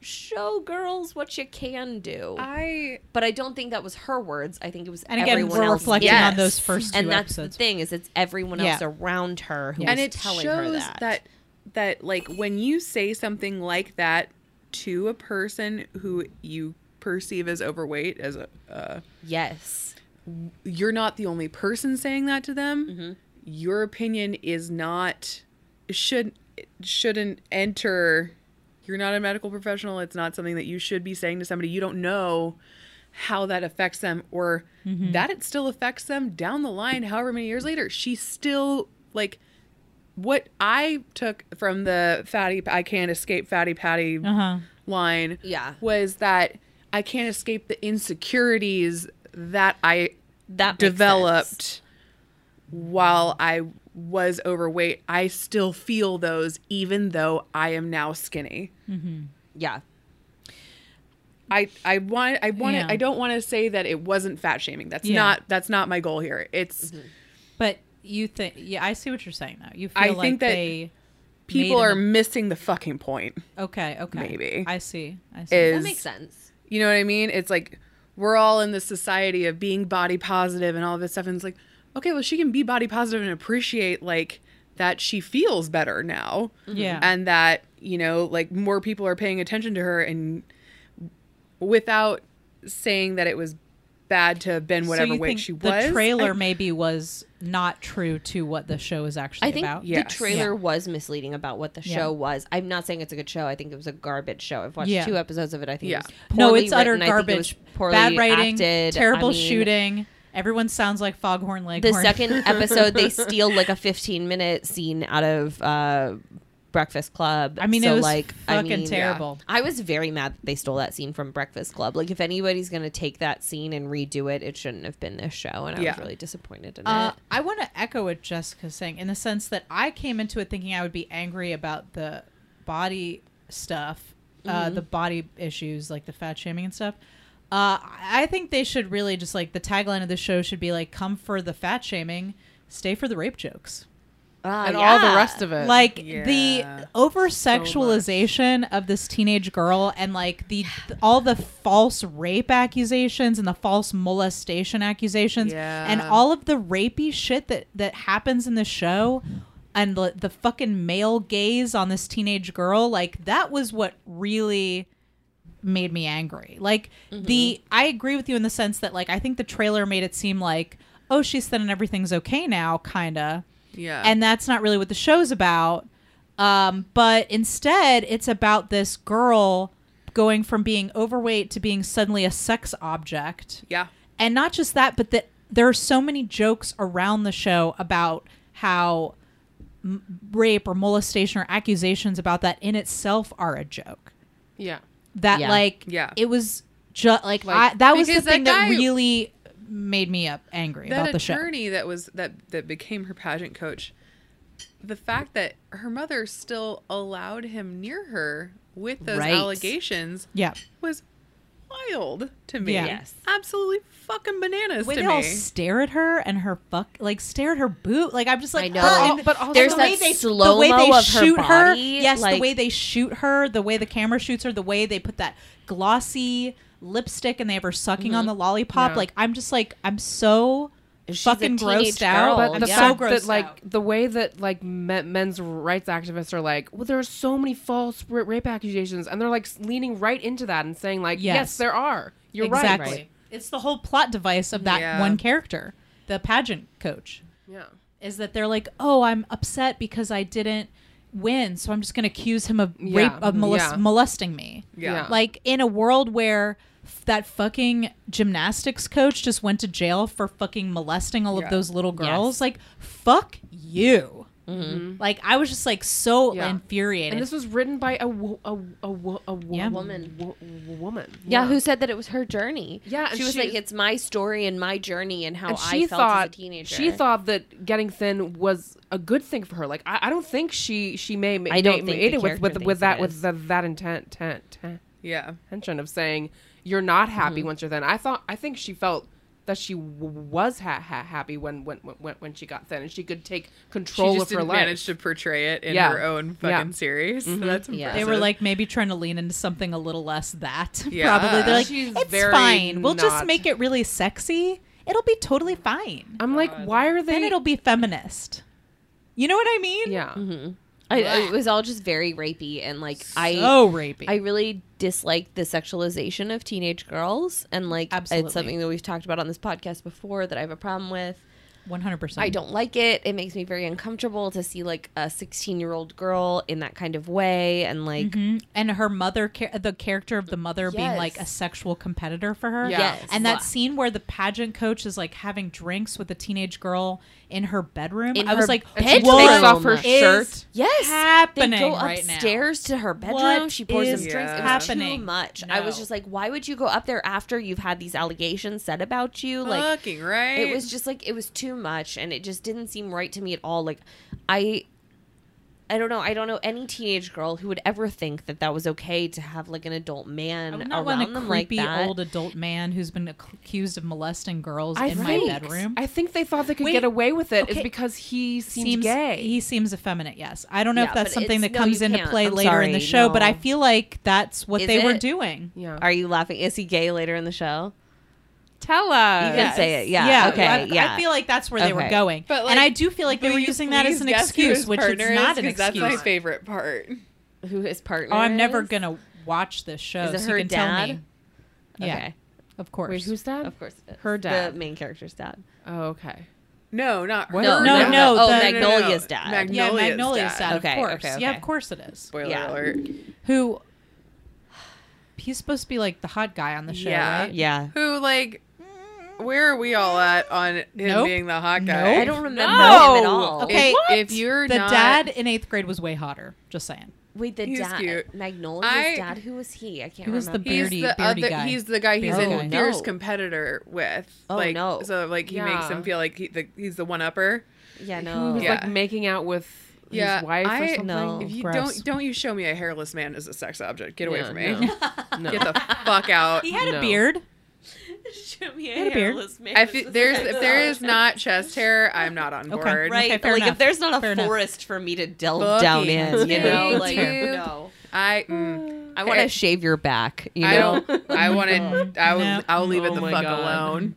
Speaker 3: show girls what you can do.
Speaker 2: I
Speaker 3: but I don't think that was her words. I think it was
Speaker 5: And again,
Speaker 3: everyone
Speaker 5: we're
Speaker 3: else.
Speaker 5: reflecting
Speaker 2: Yes.
Speaker 5: on those first two
Speaker 3: and that's
Speaker 5: episodes.
Speaker 3: the thing is it's everyone
Speaker 5: Yeah.
Speaker 3: else around her who
Speaker 5: Yeah.
Speaker 3: is
Speaker 2: and it
Speaker 3: telling
Speaker 2: shows
Speaker 3: her
Speaker 2: that. that like when you say something like that to a person who you perceive as overweight as a uh,
Speaker 3: yes.
Speaker 2: you're not the only person saying that to them. Your opinion is not should shouldn't enter You're not a medical professional. It's not something that you should be saying to somebody. You don't know how that affects them or that it still affects them down the line, however many years later. She still, like, what I took from the fatty, I can't escape fatty patty
Speaker 5: Uh-huh.
Speaker 2: line
Speaker 3: Yeah.
Speaker 2: was that I can't escape the insecurities that I
Speaker 3: That makes
Speaker 2: developed
Speaker 3: sense.
Speaker 2: while I was overweight. I still feel those even though I am now skinny.
Speaker 3: Yeah.
Speaker 2: I I want I want
Speaker 5: Yeah.
Speaker 2: I don't want to say that it wasn't fat shaming. That's
Speaker 5: Yeah.
Speaker 2: not that's not my goal here. It's
Speaker 3: Mm-hmm.
Speaker 5: But you think? Yeah, I see what you're saying. Though you feel
Speaker 2: I
Speaker 5: like
Speaker 2: think that
Speaker 5: they
Speaker 2: people
Speaker 5: made
Speaker 2: are
Speaker 5: an-
Speaker 2: missing the fucking point.
Speaker 5: okay. Okay,
Speaker 2: Maybe.
Speaker 5: I see. I see.
Speaker 2: Is
Speaker 3: That makes sense.
Speaker 2: You know what I mean? It's like we're all in this society of being body positive and all this stuff. And it's like, okay, well, she can be body positive and appreciate like that she feels better now.
Speaker 5: Yeah.
Speaker 2: And that, you know, like more people are paying attention to her and without saying that it was bad to have been
Speaker 5: So
Speaker 2: whatever
Speaker 5: you
Speaker 2: weight
Speaker 5: think
Speaker 2: she
Speaker 5: the
Speaker 2: was.
Speaker 5: trailer
Speaker 2: I-
Speaker 5: maybe was not true to what the show is actually
Speaker 3: I think
Speaker 5: about.
Speaker 2: Yes.
Speaker 3: the trailer was misleading about what the
Speaker 5: Yeah.
Speaker 3: show was. I'm not saying it's a good show. I think it was a garbage show. I've watched
Speaker 5: Yeah.
Speaker 3: two episodes of it. I think
Speaker 2: Yeah.
Speaker 3: it was
Speaker 5: no,
Speaker 3: poorly
Speaker 5: it's utter
Speaker 3: written. I think it was
Speaker 5: garbage.
Speaker 3: poorly
Speaker 5: Bad writing,
Speaker 3: acted.
Speaker 5: terrible
Speaker 3: I mean,
Speaker 5: shooting. Everyone sounds like Foghorn
Speaker 3: The
Speaker 5: Leghorn.
Speaker 3: second episode, they steal like a 15 minute scene out of uh, Breakfast Club.
Speaker 5: I mean, it
Speaker 3: so
Speaker 5: was
Speaker 3: like
Speaker 5: fucking
Speaker 3: I mean,
Speaker 5: terrible.
Speaker 3: I was very mad that they stole that scene from Breakfast Club. Like, if anybody's gonna take that scene and redo it, it shouldn't have been this show. And I
Speaker 2: Yeah.
Speaker 3: was really disappointed in
Speaker 5: Uh,
Speaker 3: it.
Speaker 5: I want to echo what Jessica's saying in the sense that I came into it thinking I would be angry about the body stuff, uh,
Speaker 3: Mm-hmm.
Speaker 5: the body issues, like the fat shaming and stuff. Uh, I think they should really just like the tagline of the show should be like, come for the fat shaming, stay for the rape jokes.
Speaker 3: Ah,
Speaker 7: and all
Speaker 3: yeah.
Speaker 7: the rest of it.
Speaker 5: like
Speaker 2: yeah.
Speaker 5: the over sexualization of this teenage girl and like the all the false rape accusations and the false molestation accusations and
Speaker 2: Yeah.
Speaker 5: all of the rapey shit that that happens in the show and the, the fucking male gaze on this teenage girl like that was what really made me angry. Like the
Speaker 2: Mm-hmm.
Speaker 5: I agree with you in the sense that like I think the trailer made it seem like oh she's thin and everything's okay now kinda
Speaker 2: Yeah.
Speaker 5: and that's not really what the show's about. Um, but instead, it's about this girl going from being overweight to being suddenly a sex object.
Speaker 2: yeah.
Speaker 5: And not just that, but that there are so many jokes around the show about how m- rape or molestation or accusations about that in itself are a joke.
Speaker 7: yeah.
Speaker 5: That
Speaker 3: Yeah.
Speaker 5: like
Speaker 2: Yeah.
Speaker 5: it was just like,
Speaker 7: Like,
Speaker 5: I, that was the
Speaker 2: because that
Speaker 5: thing that,
Speaker 2: guy-
Speaker 5: really made me up angry
Speaker 2: that
Speaker 5: about the show.
Speaker 2: attorney that was that that became her pageant coach the fact that her mother still allowed him near her with those
Speaker 3: Right.
Speaker 2: allegations
Speaker 5: Yeah.
Speaker 2: was wild to me
Speaker 5: Yeah.
Speaker 3: Yes.
Speaker 2: absolutely fucking bananas
Speaker 5: way
Speaker 2: to
Speaker 5: they
Speaker 2: me
Speaker 5: all stare at her and her fuck, like stare at her boot. Like I'm just like,
Speaker 3: I know.
Speaker 5: "Ugh."
Speaker 7: But al- but also-
Speaker 5: And
Speaker 3: There's
Speaker 5: the
Speaker 3: that
Speaker 5: way they-
Speaker 3: slow-mo of her body,
Speaker 5: yes, the
Speaker 3: like-
Speaker 5: way they shoot her, the way the camera shoots her, the way they put that glossy lipstick and they have her sucking on the lollipop. Like I'm just like, I'm so
Speaker 3: She's a
Speaker 5: fucking
Speaker 3: teenage
Speaker 5: grossed out.
Speaker 3: girl,
Speaker 5: But
Speaker 7: But
Speaker 5: I'm
Speaker 7: the
Speaker 5: so
Speaker 7: fact
Speaker 5: grossed
Speaker 7: that like
Speaker 5: out.
Speaker 7: the way that like me- men's rights activists are like, well, there are so many false ra- rape accusations, and they're like s- leaning right into that and saying like, yes,
Speaker 5: Yes.
Speaker 7: there are. You're
Speaker 5: exactly.
Speaker 7: right.
Speaker 5: It's the whole plot device of that
Speaker 2: Yeah.
Speaker 5: one character, the pageant coach.
Speaker 7: Yeah.
Speaker 5: is that they're like, oh, I'm upset because I didn't win, so I'm just going to accuse him of
Speaker 7: Yeah.
Speaker 5: rape, of molest-
Speaker 7: Yeah.
Speaker 5: molesting me.
Speaker 2: yeah.
Speaker 7: Yeah.
Speaker 5: Like in a world where f- that fucking gymnastics coach just went to jail for fucking molesting all
Speaker 2: Yeah.
Speaker 5: of those little girls,
Speaker 3: Yes.
Speaker 5: like fuck you. Like I was just like so
Speaker 7: Mm-hmm. Yeah.
Speaker 5: infuriated.
Speaker 7: And this was written by a wo- a a, wo- a wo-
Speaker 5: Yeah.
Speaker 3: Woman.
Speaker 7: wo- wo- woman.
Speaker 3: Yeah, who said that it was her journey?
Speaker 7: Yeah, and
Speaker 3: she was
Speaker 7: she
Speaker 3: like,
Speaker 7: was-
Speaker 3: "It's my story and my journey and how
Speaker 7: and
Speaker 3: I
Speaker 7: she
Speaker 3: felt
Speaker 7: thought
Speaker 3: as a teenager."
Speaker 7: she thought that getting thin was a good thing for her. Like I, I don't think she she may ma-
Speaker 3: I don't
Speaker 7: ma-
Speaker 3: think
Speaker 7: made
Speaker 3: the
Speaker 7: it with
Speaker 3: character
Speaker 7: with
Speaker 3: thinks
Speaker 7: with
Speaker 3: it
Speaker 7: that with
Speaker 3: is.
Speaker 7: the, that intent tent, tent
Speaker 2: yeah
Speaker 7: intention of saying you're not happy
Speaker 5: Mm-hmm.
Speaker 7: once you're thin. I thought I think she felt that she w- was ha- ha- happy when when, when when she got thin and she could take
Speaker 2: she
Speaker 7: control
Speaker 2: just
Speaker 7: of her
Speaker 2: didn't
Speaker 7: life.
Speaker 2: manage to portray it in
Speaker 7: Yeah.
Speaker 2: her own
Speaker 7: Yeah.
Speaker 2: fucking series so that's
Speaker 3: Yeah.
Speaker 2: impressive.
Speaker 5: they were like maybe trying to lean into something a little less that.
Speaker 2: Yeah.
Speaker 5: Probably they're like,
Speaker 7: She's
Speaker 5: it's
Speaker 7: very
Speaker 5: fine. We'll just
Speaker 7: not-
Speaker 5: make it really sexy. It'll be totally fine.
Speaker 7: I'm like, why are
Speaker 5: then
Speaker 7: they?
Speaker 5: it'll be feminist. You know what I mean?
Speaker 7: yeah,
Speaker 3: I, it was all just very rapey and like I
Speaker 5: so rapey.
Speaker 3: I really dislike the sexualization of teenage girls and like
Speaker 5: Absolutely.
Speaker 3: it's something that we've talked about on this podcast before that I have a problem with.
Speaker 5: One hundred percent.
Speaker 3: I
Speaker 7: Mm.
Speaker 3: don't like it. It makes me very uncomfortable to see like a 16 year old girl in that kind of way and like
Speaker 5: Mm-hmm. And her mother, cha- the character of the mother being like a
Speaker 3: Yes.
Speaker 5: sexual competitor for her.
Speaker 7: Yeah. Yes.
Speaker 5: And that scene where the pageant coach is like having drinks with the teenage girl in her bedroom.
Speaker 3: In
Speaker 5: I was
Speaker 3: her
Speaker 5: like,
Speaker 7: And she
Speaker 5: what
Speaker 7: takes off her
Speaker 3: is
Speaker 7: shirt.
Speaker 3: yes
Speaker 5: happening
Speaker 3: They go
Speaker 5: right now?
Speaker 3: upstairs to her bedroom.
Speaker 5: What
Speaker 3: she pours them
Speaker 5: is
Speaker 3: drinks. It was
Speaker 5: happening?
Speaker 3: too much. I was
Speaker 5: No.
Speaker 3: just like, why would you go up there after you've had these allegations said about you? Like
Speaker 2: Fucking right.
Speaker 3: it was just like it was too much and it just didn't seem right to me at all. Like I I don't know. I don't know any teenage girl who would ever think that that was okay to have like an adult
Speaker 5: I
Speaker 3: man
Speaker 5: would not
Speaker 3: around
Speaker 5: want a
Speaker 3: them like
Speaker 5: creepy
Speaker 3: that.
Speaker 5: old adult man who's been ac- accused of molesting girls
Speaker 7: I
Speaker 5: in
Speaker 7: think-
Speaker 5: my bedroom.
Speaker 7: I think they thought they could
Speaker 5: Wait,
Speaker 7: get away with it. It's
Speaker 5: okay.
Speaker 7: because he seemed
Speaker 5: seems
Speaker 7: gay.
Speaker 5: He seems effeminate. Yes, I don't know
Speaker 3: Yeah,
Speaker 5: if that's
Speaker 3: but
Speaker 5: something that
Speaker 3: it's- no,
Speaker 5: comes
Speaker 3: you
Speaker 5: into
Speaker 3: can't.
Speaker 5: play
Speaker 3: I'm
Speaker 5: later in the
Speaker 3: sorry,
Speaker 5: show, but I
Speaker 3: no.
Speaker 5: feel like that's what
Speaker 3: Is
Speaker 5: they were
Speaker 3: it?
Speaker 5: doing.
Speaker 7: yeah.
Speaker 3: Are you laughing? Is he gay later in the show?
Speaker 7: Tell us.
Speaker 3: You can say it. Yeah. Okay.
Speaker 5: I,
Speaker 3: yeah.
Speaker 5: I feel like that's where they were
Speaker 3: Okay.
Speaker 5: going,
Speaker 2: But,
Speaker 5: and
Speaker 2: like,
Speaker 5: I do feel like they
Speaker 2: Will
Speaker 5: were
Speaker 2: you
Speaker 5: using that as
Speaker 2: please
Speaker 5: an
Speaker 2: guess who
Speaker 5: excuse,
Speaker 2: his
Speaker 5: which it's
Speaker 2: partner is?
Speaker 5: not an
Speaker 2: 'Cause
Speaker 5: excuse.
Speaker 2: That's my favorite part.
Speaker 3: who his partner?
Speaker 5: oh, I'm never
Speaker 3: is?
Speaker 5: gonna watch this show.
Speaker 3: Is it
Speaker 5: so
Speaker 3: her
Speaker 5: you can Tell
Speaker 3: dad?
Speaker 5: me. Yeah,
Speaker 3: Okay.
Speaker 5: of course.
Speaker 7: Wait, who's that?
Speaker 3: Of course.
Speaker 7: Her dad.
Speaker 3: The main character's dad.
Speaker 7: Oh, okay.
Speaker 2: No, not her.
Speaker 7: No, no,
Speaker 5: no,
Speaker 3: Oh,
Speaker 5: the-
Speaker 3: Magnolia's dad.
Speaker 5: yeah,
Speaker 2: Magnolia's,
Speaker 5: Magnolia's
Speaker 2: dad.
Speaker 5: dad.
Speaker 3: Okay,
Speaker 5: of course.
Speaker 3: okay,
Speaker 5: Yeah,
Speaker 3: okay.
Speaker 5: of course it is.
Speaker 2: Spoiler
Speaker 3: Yeah.
Speaker 2: alert.
Speaker 5: Who? He's supposed to be like the hot guy on the show,
Speaker 2: Yeah.
Speaker 5: right?
Speaker 3: Yeah.
Speaker 2: Who like? Where are we all at on him
Speaker 5: Nope.
Speaker 2: being the hot guy?
Speaker 5: Nope.
Speaker 3: I don't remember
Speaker 7: No.
Speaker 3: him at all.
Speaker 5: Okay.
Speaker 2: If,
Speaker 5: What?
Speaker 2: if you're
Speaker 5: The
Speaker 2: not,
Speaker 5: dad in eighth grade was way hotter. Just saying.
Speaker 3: Wait, the
Speaker 2: He's
Speaker 3: dad.
Speaker 2: cute.
Speaker 3: Magnolia's
Speaker 2: I-
Speaker 3: dad. Who was he? I can't
Speaker 5: He was the
Speaker 3: remember.
Speaker 2: he's
Speaker 5: Beardy-
Speaker 2: the
Speaker 5: beardy
Speaker 2: other.
Speaker 5: guy.
Speaker 2: He's the guy he's
Speaker 5: Beardy
Speaker 2: in
Speaker 5: guy.
Speaker 2: fierce
Speaker 3: No.
Speaker 2: competitor with.
Speaker 3: Oh,
Speaker 2: like,
Speaker 3: no.
Speaker 2: So like he makes
Speaker 7: Yeah.
Speaker 2: him feel like he, the, he's the one upper.
Speaker 3: yeah.
Speaker 7: He
Speaker 3: No.
Speaker 7: was
Speaker 2: Yeah.
Speaker 7: like making out with
Speaker 2: Yeah,
Speaker 7: his wife or
Speaker 2: I-
Speaker 7: something.
Speaker 3: No.
Speaker 2: If you
Speaker 5: gross.
Speaker 2: don't don't you show me a hairless man as a sex object? Get away
Speaker 7: Yeah,
Speaker 2: from me.
Speaker 7: No. No.
Speaker 2: Get the fuck out.
Speaker 5: He had a
Speaker 7: No.
Speaker 5: beard.
Speaker 3: Show me
Speaker 5: had a beard.
Speaker 3: man.
Speaker 2: I feel, there's if there is not chest hair, I'm not on
Speaker 5: Okay.
Speaker 2: board.
Speaker 3: right.
Speaker 5: Okay, fair
Speaker 3: like
Speaker 5: enough.
Speaker 3: if there's not a
Speaker 5: Fair enough.
Speaker 3: forest for me to delve
Speaker 2: Fucking
Speaker 3: down in, you
Speaker 2: cute.
Speaker 3: know, like
Speaker 2: Cute.
Speaker 3: no.
Speaker 2: I mm,
Speaker 3: I want
Speaker 2: Okay.
Speaker 3: to shave your back. You
Speaker 2: I
Speaker 3: know.
Speaker 2: don't. I wanted. I will.
Speaker 5: No.
Speaker 2: I'll leave it
Speaker 7: Oh
Speaker 2: the
Speaker 7: my
Speaker 2: fuck
Speaker 7: God.
Speaker 2: alone.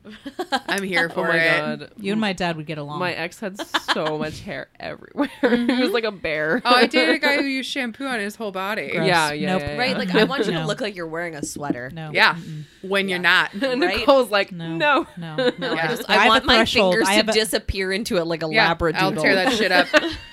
Speaker 2: I'm here
Speaker 7: Oh
Speaker 2: for
Speaker 7: my
Speaker 2: it.
Speaker 7: god.
Speaker 5: You and my dad would get along.
Speaker 7: My ex had so much hair everywhere. he
Speaker 5: Mm-hmm.
Speaker 7: was like a bear.
Speaker 2: Oh, I dated a guy who used shampoo on his whole body.
Speaker 5: Gross.
Speaker 7: Yeah, yeah,
Speaker 5: Nope.
Speaker 7: yeah, yeah.
Speaker 3: Right? Like I want you
Speaker 5: No.
Speaker 3: to look like you're wearing a sweater.
Speaker 5: no.
Speaker 2: Yeah, when you're not.
Speaker 3: Right?
Speaker 7: Nicole's like,
Speaker 5: No.
Speaker 7: no,
Speaker 5: No.
Speaker 3: No,
Speaker 2: Yeah.
Speaker 3: I just
Speaker 5: I
Speaker 3: I,
Speaker 5: have a
Speaker 3: want my
Speaker 5: threshold.
Speaker 3: fingers
Speaker 5: I
Speaker 3: to
Speaker 5: have a-
Speaker 3: disappear into it like a
Speaker 2: Yeah,
Speaker 3: labradoodle.
Speaker 2: I'll tear that shit up.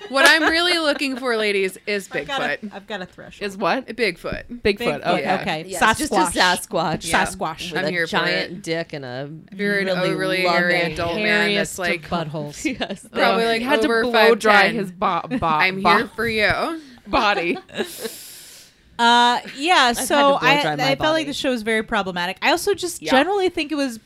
Speaker 2: what I'm really looking for, ladies, is Bigfoot.
Speaker 5: I've got a threshold.
Speaker 7: Is what?
Speaker 2: Bigfoot.
Speaker 7: Bigfoot.
Speaker 2: Bigfoot.
Speaker 7: Okay.
Speaker 2: Yeah.
Speaker 5: Okay.
Speaker 3: Yeah,
Speaker 5: Sasquatch.
Speaker 3: it's just a Sasquatch.
Speaker 2: Yeah.
Speaker 5: Sasquatch.
Speaker 3: With
Speaker 2: I'm
Speaker 3: a
Speaker 2: here for
Speaker 3: giant
Speaker 2: it.
Speaker 3: dick and a
Speaker 2: If you're an
Speaker 3: really
Speaker 2: overly hairy
Speaker 3: loving-
Speaker 2: adult man that's like
Speaker 5: buttholes.
Speaker 3: Yes.
Speaker 2: probably like
Speaker 7: he had
Speaker 2: over
Speaker 7: to blow
Speaker 2: 5'10".
Speaker 7: dry his bo- bo-
Speaker 2: I'm
Speaker 7: bo-
Speaker 2: here for you.
Speaker 7: body.
Speaker 5: Uh, yeah. So
Speaker 3: blow
Speaker 5: I,
Speaker 3: dry
Speaker 5: I
Speaker 3: my
Speaker 5: felt like
Speaker 3: body.
Speaker 5: the show was very problematic. I also just
Speaker 3: Yeah.
Speaker 5: generally think it was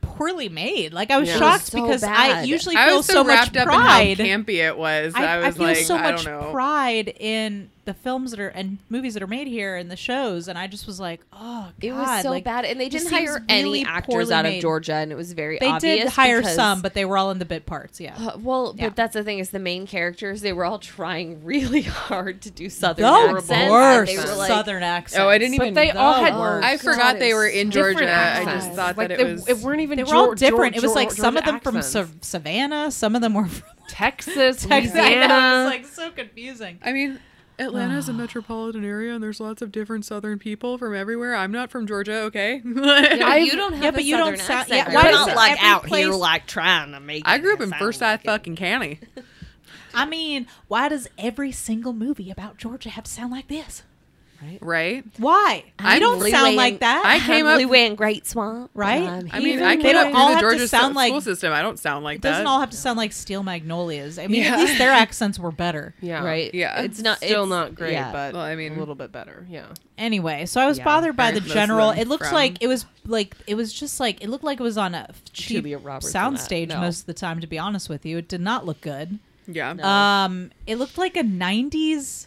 Speaker 5: poorly made. Like I was
Speaker 7: Yeah. It was
Speaker 5: shocked
Speaker 3: so
Speaker 5: because I
Speaker 3: bad.
Speaker 5: usually
Speaker 2: I
Speaker 5: feel
Speaker 2: was so,
Speaker 5: much
Speaker 2: wrapped up
Speaker 5: pride.
Speaker 2: in how campy it was.
Speaker 5: I,
Speaker 2: I,
Speaker 5: I
Speaker 2: was
Speaker 5: feel
Speaker 2: like,
Speaker 5: so
Speaker 2: I
Speaker 5: much
Speaker 2: don't know.
Speaker 5: pride in the films that are and movies that are made here and the shows, and I just was like, oh, God.
Speaker 3: It was so
Speaker 5: like,
Speaker 3: bad, and they
Speaker 5: just
Speaker 3: didn't
Speaker 5: seems
Speaker 3: hire
Speaker 5: really
Speaker 3: any actors
Speaker 5: poorly
Speaker 3: out
Speaker 5: made.
Speaker 3: of Georgia, and it was very
Speaker 5: They
Speaker 3: obvious
Speaker 5: did hire
Speaker 3: because-
Speaker 5: some, but they were all in the bit parts. Yeah.
Speaker 3: Uh, well,
Speaker 5: Yeah.
Speaker 3: but that's the thing is the main characters they were all trying really hard to do southern
Speaker 5: the
Speaker 3: accents. and
Speaker 5: worst
Speaker 3: They were like,
Speaker 5: southern accent.
Speaker 2: Oh, I didn't
Speaker 7: But
Speaker 2: even-
Speaker 7: they
Speaker 5: the
Speaker 7: all had
Speaker 5: worst.
Speaker 2: I
Speaker 3: God,
Speaker 2: forgot they
Speaker 3: it's
Speaker 2: were in
Speaker 7: different
Speaker 2: Georgia. I just
Speaker 7: accents.
Speaker 2: thought
Speaker 7: like
Speaker 2: that
Speaker 7: they,
Speaker 2: it was.
Speaker 7: It weren't even.
Speaker 5: They were
Speaker 7: Geor-
Speaker 5: all different. it was
Speaker 7: Geor-
Speaker 5: like some of
Speaker 7: Georgia
Speaker 5: them from
Speaker 7: accents.
Speaker 5: Sav- Savannah, some of them were from
Speaker 7: Texas,
Speaker 5: Texas. I know,
Speaker 7: Louisiana.
Speaker 5: It was like so confusing.
Speaker 2: I mean, Atlanta is a metropolitan area, and there's lots of different Southern people from everywhere. I'm not from Georgia, okay?
Speaker 3: Yeah,
Speaker 2: I,
Speaker 3: you don't have
Speaker 5: yeah,
Speaker 3: a
Speaker 5: but you don't
Speaker 3: southern
Speaker 5: sound-
Speaker 3: accent.
Speaker 5: yeah,
Speaker 3: You're
Speaker 5: why
Speaker 3: not
Speaker 5: is
Speaker 3: like
Speaker 5: every
Speaker 3: out here
Speaker 5: place-
Speaker 3: like trying to make. it
Speaker 2: grew up in
Speaker 3: sound
Speaker 2: First Eye
Speaker 3: like it.
Speaker 2: fucking county.
Speaker 5: I mean, why does every single movie about Georgia have to sound like this?
Speaker 2: Right?
Speaker 5: Why? I
Speaker 2: I'm
Speaker 5: don't sound
Speaker 3: Leeway
Speaker 5: like
Speaker 3: and-
Speaker 5: that.
Speaker 2: I came up.
Speaker 3: Leeway and Great Swamp,
Speaker 5: Right?
Speaker 3: Um,
Speaker 2: I mean,
Speaker 5: Even
Speaker 2: I
Speaker 5: they
Speaker 2: came
Speaker 5: don't
Speaker 2: up
Speaker 5: all have
Speaker 2: through the
Speaker 5: to
Speaker 2: Georgia so-
Speaker 5: sound like-
Speaker 2: school system. I don't sound like
Speaker 5: it doesn't
Speaker 2: that.
Speaker 5: all have to sound like Steel Magnolias. I mean,
Speaker 2: Yeah.
Speaker 5: at least their accents were better.
Speaker 7: yeah.
Speaker 3: right?
Speaker 2: Yeah.
Speaker 3: it's not
Speaker 7: Still
Speaker 3: it's-
Speaker 7: not great,
Speaker 3: yeah.
Speaker 7: but
Speaker 2: Well, I
Speaker 7: I
Speaker 2: mean-
Speaker 7: mean, a little bit better. Yeah.
Speaker 5: Anyway, so I was
Speaker 3: Yeah.
Speaker 5: bothered by the
Speaker 2: Most of
Speaker 5: general.
Speaker 2: them
Speaker 5: It looked
Speaker 2: from-
Speaker 5: like it was like it was just like it looked like it was on a cheap
Speaker 3: Julia Roberts on that.
Speaker 5: soundstage
Speaker 3: No.
Speaker 5: most of the time. To be honest with you, it did not look good.
Speaker 2: yeah.
Speaker 5: Um, it looked like a '90s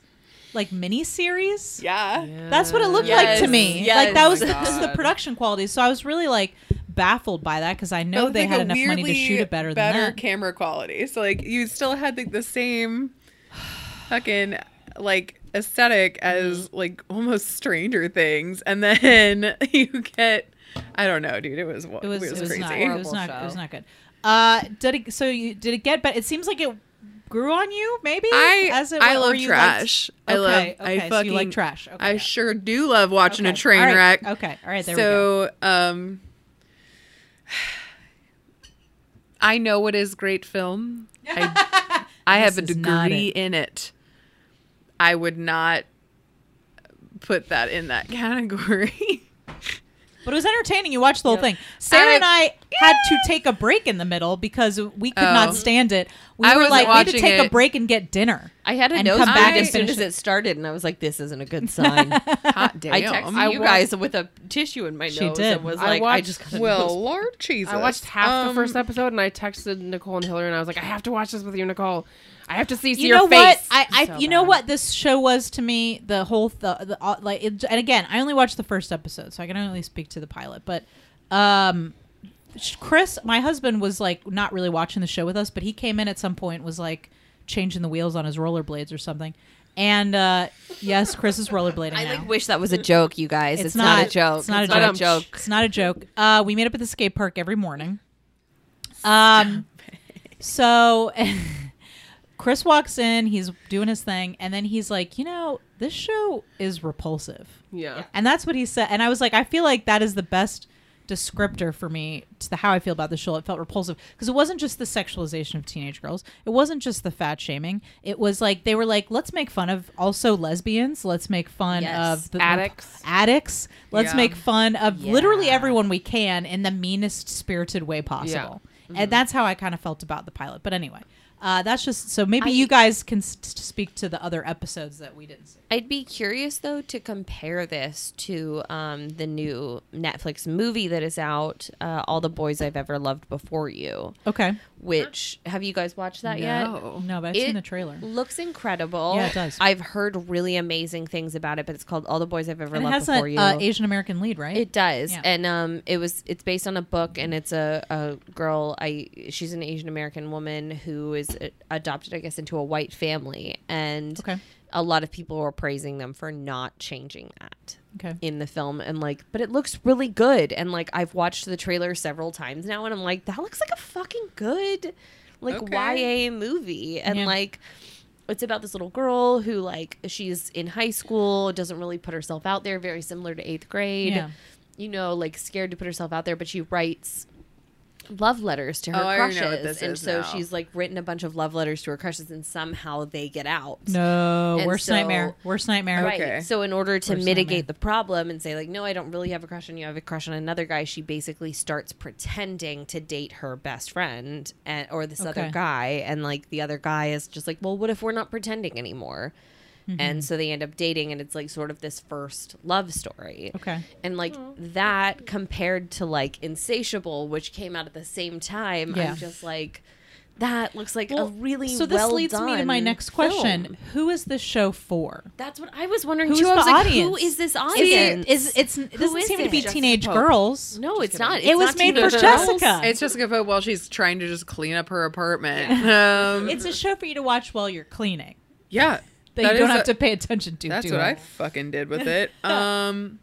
Speaker 5: like miniseries.
Speaker 2: yeah.
Speaker 5: That's what it looked
Speaker 3: Yes.
Speaker 5: like to me.
Speaker 3: Yes.
Speaker 5: Like that
Speaker 3: Oh
Speaker 5: was the,
Speaker 7: my
Speaker 5: the
Speaker 7: God.
Speaker 5: production quality. So I was really like baffled by that because I know
Speaker 2: But
Speaker 5: they
Speaker 2: like
Speaker 5: had
Speaker 2: a
Speaker 5: enough money to
Speaker 2: weirdly
Speaker 5: shoot it better,
Speaker 2: Better
Speaker 5: than that.
Speaker 2: camera quality. So like you still had like the same fucking like aesthetic as like almost Stranger Things, and then you get I don't know, dude. It was
Speaker 5: it was, it was,
Speaker 2: crazy.
Speaker 5: not. It was
Speaker 3: Horrible
Speaker 5: not. It
Speaker 3: show.
Speaker 5: was not good. Uh, did it? So you did it get? But it seems like it grew on you. Maybe
Speaker 2: I
Speaker 5: it
Speaker 2: I
Speaker 5: went, or
Speaker 2: love
Speaker 5: you liked-
Speaker 2: trash. I
Speaker 5: Okay,
Speaker 2: love. I
Speaker 5: okay,
Speaker 2: fucking
Speaker 5: so you like trash. Okay,
Speaker 2: I
Speaker 5: yeah.
Speaker 2: sure do love watching a
Speaker 5: Okay.
Speaker 2: train
Speaker 5: All right.
Speaker 2: wreck. um,
Speaker 5: Okay, all right, there we go.
Speaker 2: so, um, I know what is great film. I, I have a
Speaker 1: This is not
Speaker 2: degree
Speaker 1: it.
Speaker 2: in it. I would not put that in that category.
Speaker 5: But it was entertaining. You watched the whole thing. Sarah and I had to take a break in the middle because we could
Speaker 2: Oh.
Speaker 5: not stand it. We
Speaker 2: I
Speaker 5: were
Speaker 2: wasn't
Speaker 5: like, we had to
Speaker 2: watching
Speaker 5: take a
Speaker 2: it.
Speaker 5: break and get dinner.
Speaker 3: I had a
Speaker 5: And
Speaker 3: nose
Speaker 5: come back
Speaker 3: back
Speaker 5: and
Speaker 3: as soon
Speaker 5: finish
Speaker 3: as it started, and I was like, "This isn't a good sign."
Speaker 2: Hot damn.
Speaker 3: I texted
Speaker 7: I
Speaker 3: you
Speaker 7: wa-
Speaker 3: guys with a tissue in my
Speaker 5: She
Speaker 3: nose
Speaker 5: did.
Speaker 3: and was
Speaker 7: I
Speaker 3: like, "I
Speaker 7: watched-
Speaker 3: just got a
Speaker 2: well,
Speaker 3: nose-
Speaker 2: Lord Jesus.
Speaker 7: I watched half the
Speaker 2: Um,
Speaker 7: first episode and I texted Nicole and Hillary and I was like, I have to watch this with you, Nicole. I have to see, see
Speaker 5: you
Speaker 7: your
Speaker 5: know what?
Speaker 7: face.
Speaker 5: I, I
Speaker 7: So
Speaker 5: you know
Speaker 7: bad.
Speaker 5: what this show was to me. The whole th- the uh, like, it, and again, I only watched the first episode, so I can only speak to the pilot. But, um, sh- Chris, my husband was like not really watching the show with us, but he came in at some point was like changing the wheels on his rollerblades or something. And uh, yes, Chris is rollerblading.
Speaker 3: I
Speaker 5: now.
Speaker 3: like wish that was a joke, you guys. It's, not, a joke.
Speaker 5: It's not a
Speaker 7: not a
Speaker 5: joke.
Speaker 7: joke.
Speaker 5: It's not a joke. Uh, we meet up at the skate park every morning. Um, so Chris walks in. He's doing his thing, and then he's like, "You know, this show is repulsive,"
Speaker 7: Yeah.
Speaker 5: and that's what he said. And I was like, I feel like that is the best descriptor for me to the, how I feel about the show. It felt repulsive because it wasn't just the sexualization of teenage girls. It wasn't just the fat shaming. It was like they were like, let's make fun of also lesbians. Let's make fun
Speaker 3: Yes.
Speaker 5: of the
Speaker 7: Addicts.
Speaker 5: addicts. Let's
Speaker 2: Yeah.
Speaker 5: make fun of literally
Speaker 3: Yeah.
Speaker 5: everyone we can in the meanest spirited way possible.
Speaker 3: Mm-hmm.
Speaker 5: And that's how I kind of felt about the pilot. But anyway, uh, that's just so maybe
Speaker 3: I-
Speaker 5: you guys can s- s- speak to the other episodes that we didn't see.
Speaker 3: I'd be curious though to compare this to um, the new Netflix movie that is out, uh, "All the Boys I've Ever Loved Before You."
Speaker 5: Okay.
Speaker 3: Which have you guys watched that yet?
Speaker 2: No.
Speaker 5: No, but I've
Speaker 3: It
Speaker 5: seen the trailer.
Speaker 3: Looks incredible.
Speaker 5: Yeah, it does.
Speaker 3: I've heard really amazing things about it, but it's called "All the Boys I've Ever
Speaker 5: And it
Speaker 3: Loved
Speaker 5: has
Speaker 3: Before
Speaker 5: an
Speaker 3: You."
Speaker 5: uh, Asian American lead, right?
Speaker 3: It does,
Speaker 5: Yeah.
Speaker 3: and um, it was it's based on a book, and it's a, a girl. I she's an Asian American woman who is uh, adopted, I guess, into a white family, and
Speaker 5: Okay.
Speaker 3: a lot of people were praising them for not changing that
Speaker 5: okay.
Speaker 3: in the film, and like, but it looks really good, and like I've watched the trailer several times now, and I'm like, that looks like a fucking good, like
Speaker 2: Okay.
Speaker 3: YA movie, and
Speaker 5: Yeah.
Speaker 3: like it's about this little girl who like she's in high school doesn't really put herself out there very similar to eighth grade
Speaker 5: Yeah.
Speaker 3: you know like scared to put herself out there but she writes love letters to her
Speaker 2: Oh, I already
Speaker 3: crushes
Speaker 2: know what this
Speaker 3: and
Speaker 2: is
Speaker 3: so
Speaker 2: now.
Speaker 3: she's like written a bunch of love letters to her crushes and somehow they get out
Speaker 5: No,
Speaker 3: And
Speaker 5: worst
Speaker 3: so-
Speaker 5: nightmare. Worst nightmare.
Speaker 3: Right.
Speaker 2: Okay.
Speaker 3: So in order to
Speaker 5: Or Sandman.
Speaker 3: mitigate the problem and say like, no, I don't really have a crush on you. I have a crush on another guy. She basically starts pretending to date her best friend and or this
Speaker 5: Okay.
Speaker 3: other guy, and like the other guy is just like, well, what if we're not pretending anymore?
Speaker 5: Mm-hmm.
Speaker 3: And so they end up dating, and it's like sort of this first love story.
Speaker 5: Okay.
Speaker 3: And like that compared to like Insatiable, which came out at the same time,
Speaker 5: Yeah.
Speaker 3: I'm just like, that looks like a
Speaker 5: Well,
Speaker 3: really
Speaker 5: so this
Speaker 3: well
Speaker 5: leads me to my
Speaker 3: done
Speaker 5: next question:
Speaker 3: film.
Speaker 5: Who is this show for?
Speaker 3: That's what I was wondering
Speaker 5: Who's
Speaker 3: too. I
Speaker 5: the
Speaker 3: was like,
Speaker 5: audience?
Speaker 3: who is this
Speaker 5: Is
Speaker 3: audience?
Speaker 5: it, is, it's, it doesn't
Speaker 3: is
Speaker 5: seem to be
Speaker 3: it?
Speaker 5: teenage
Speaker 7: Jessica Pope.
Speaker 5: girls.
Speaker 3: no, it's not.
Speaker 5: It was made for Jessica.
Speaker 2: It's Jessica Pope while she's trying to just clean up her apartment. Um,
Speaker 5: It's a show for you to watch while you're cleaning.
Speaker 2: yeah.
Speaker 5: That,
Speaker 2: That
Speaker 5: you don't
Speaker 2: is
Speaker 5: have
Speaker 2: a-
Speaker 5: to pay attention to.
Speaker 2: That's
Speaker 5: do
Speaker 2: what
Speaker 5: it.
Speaker 2: I fucking did with it. Um,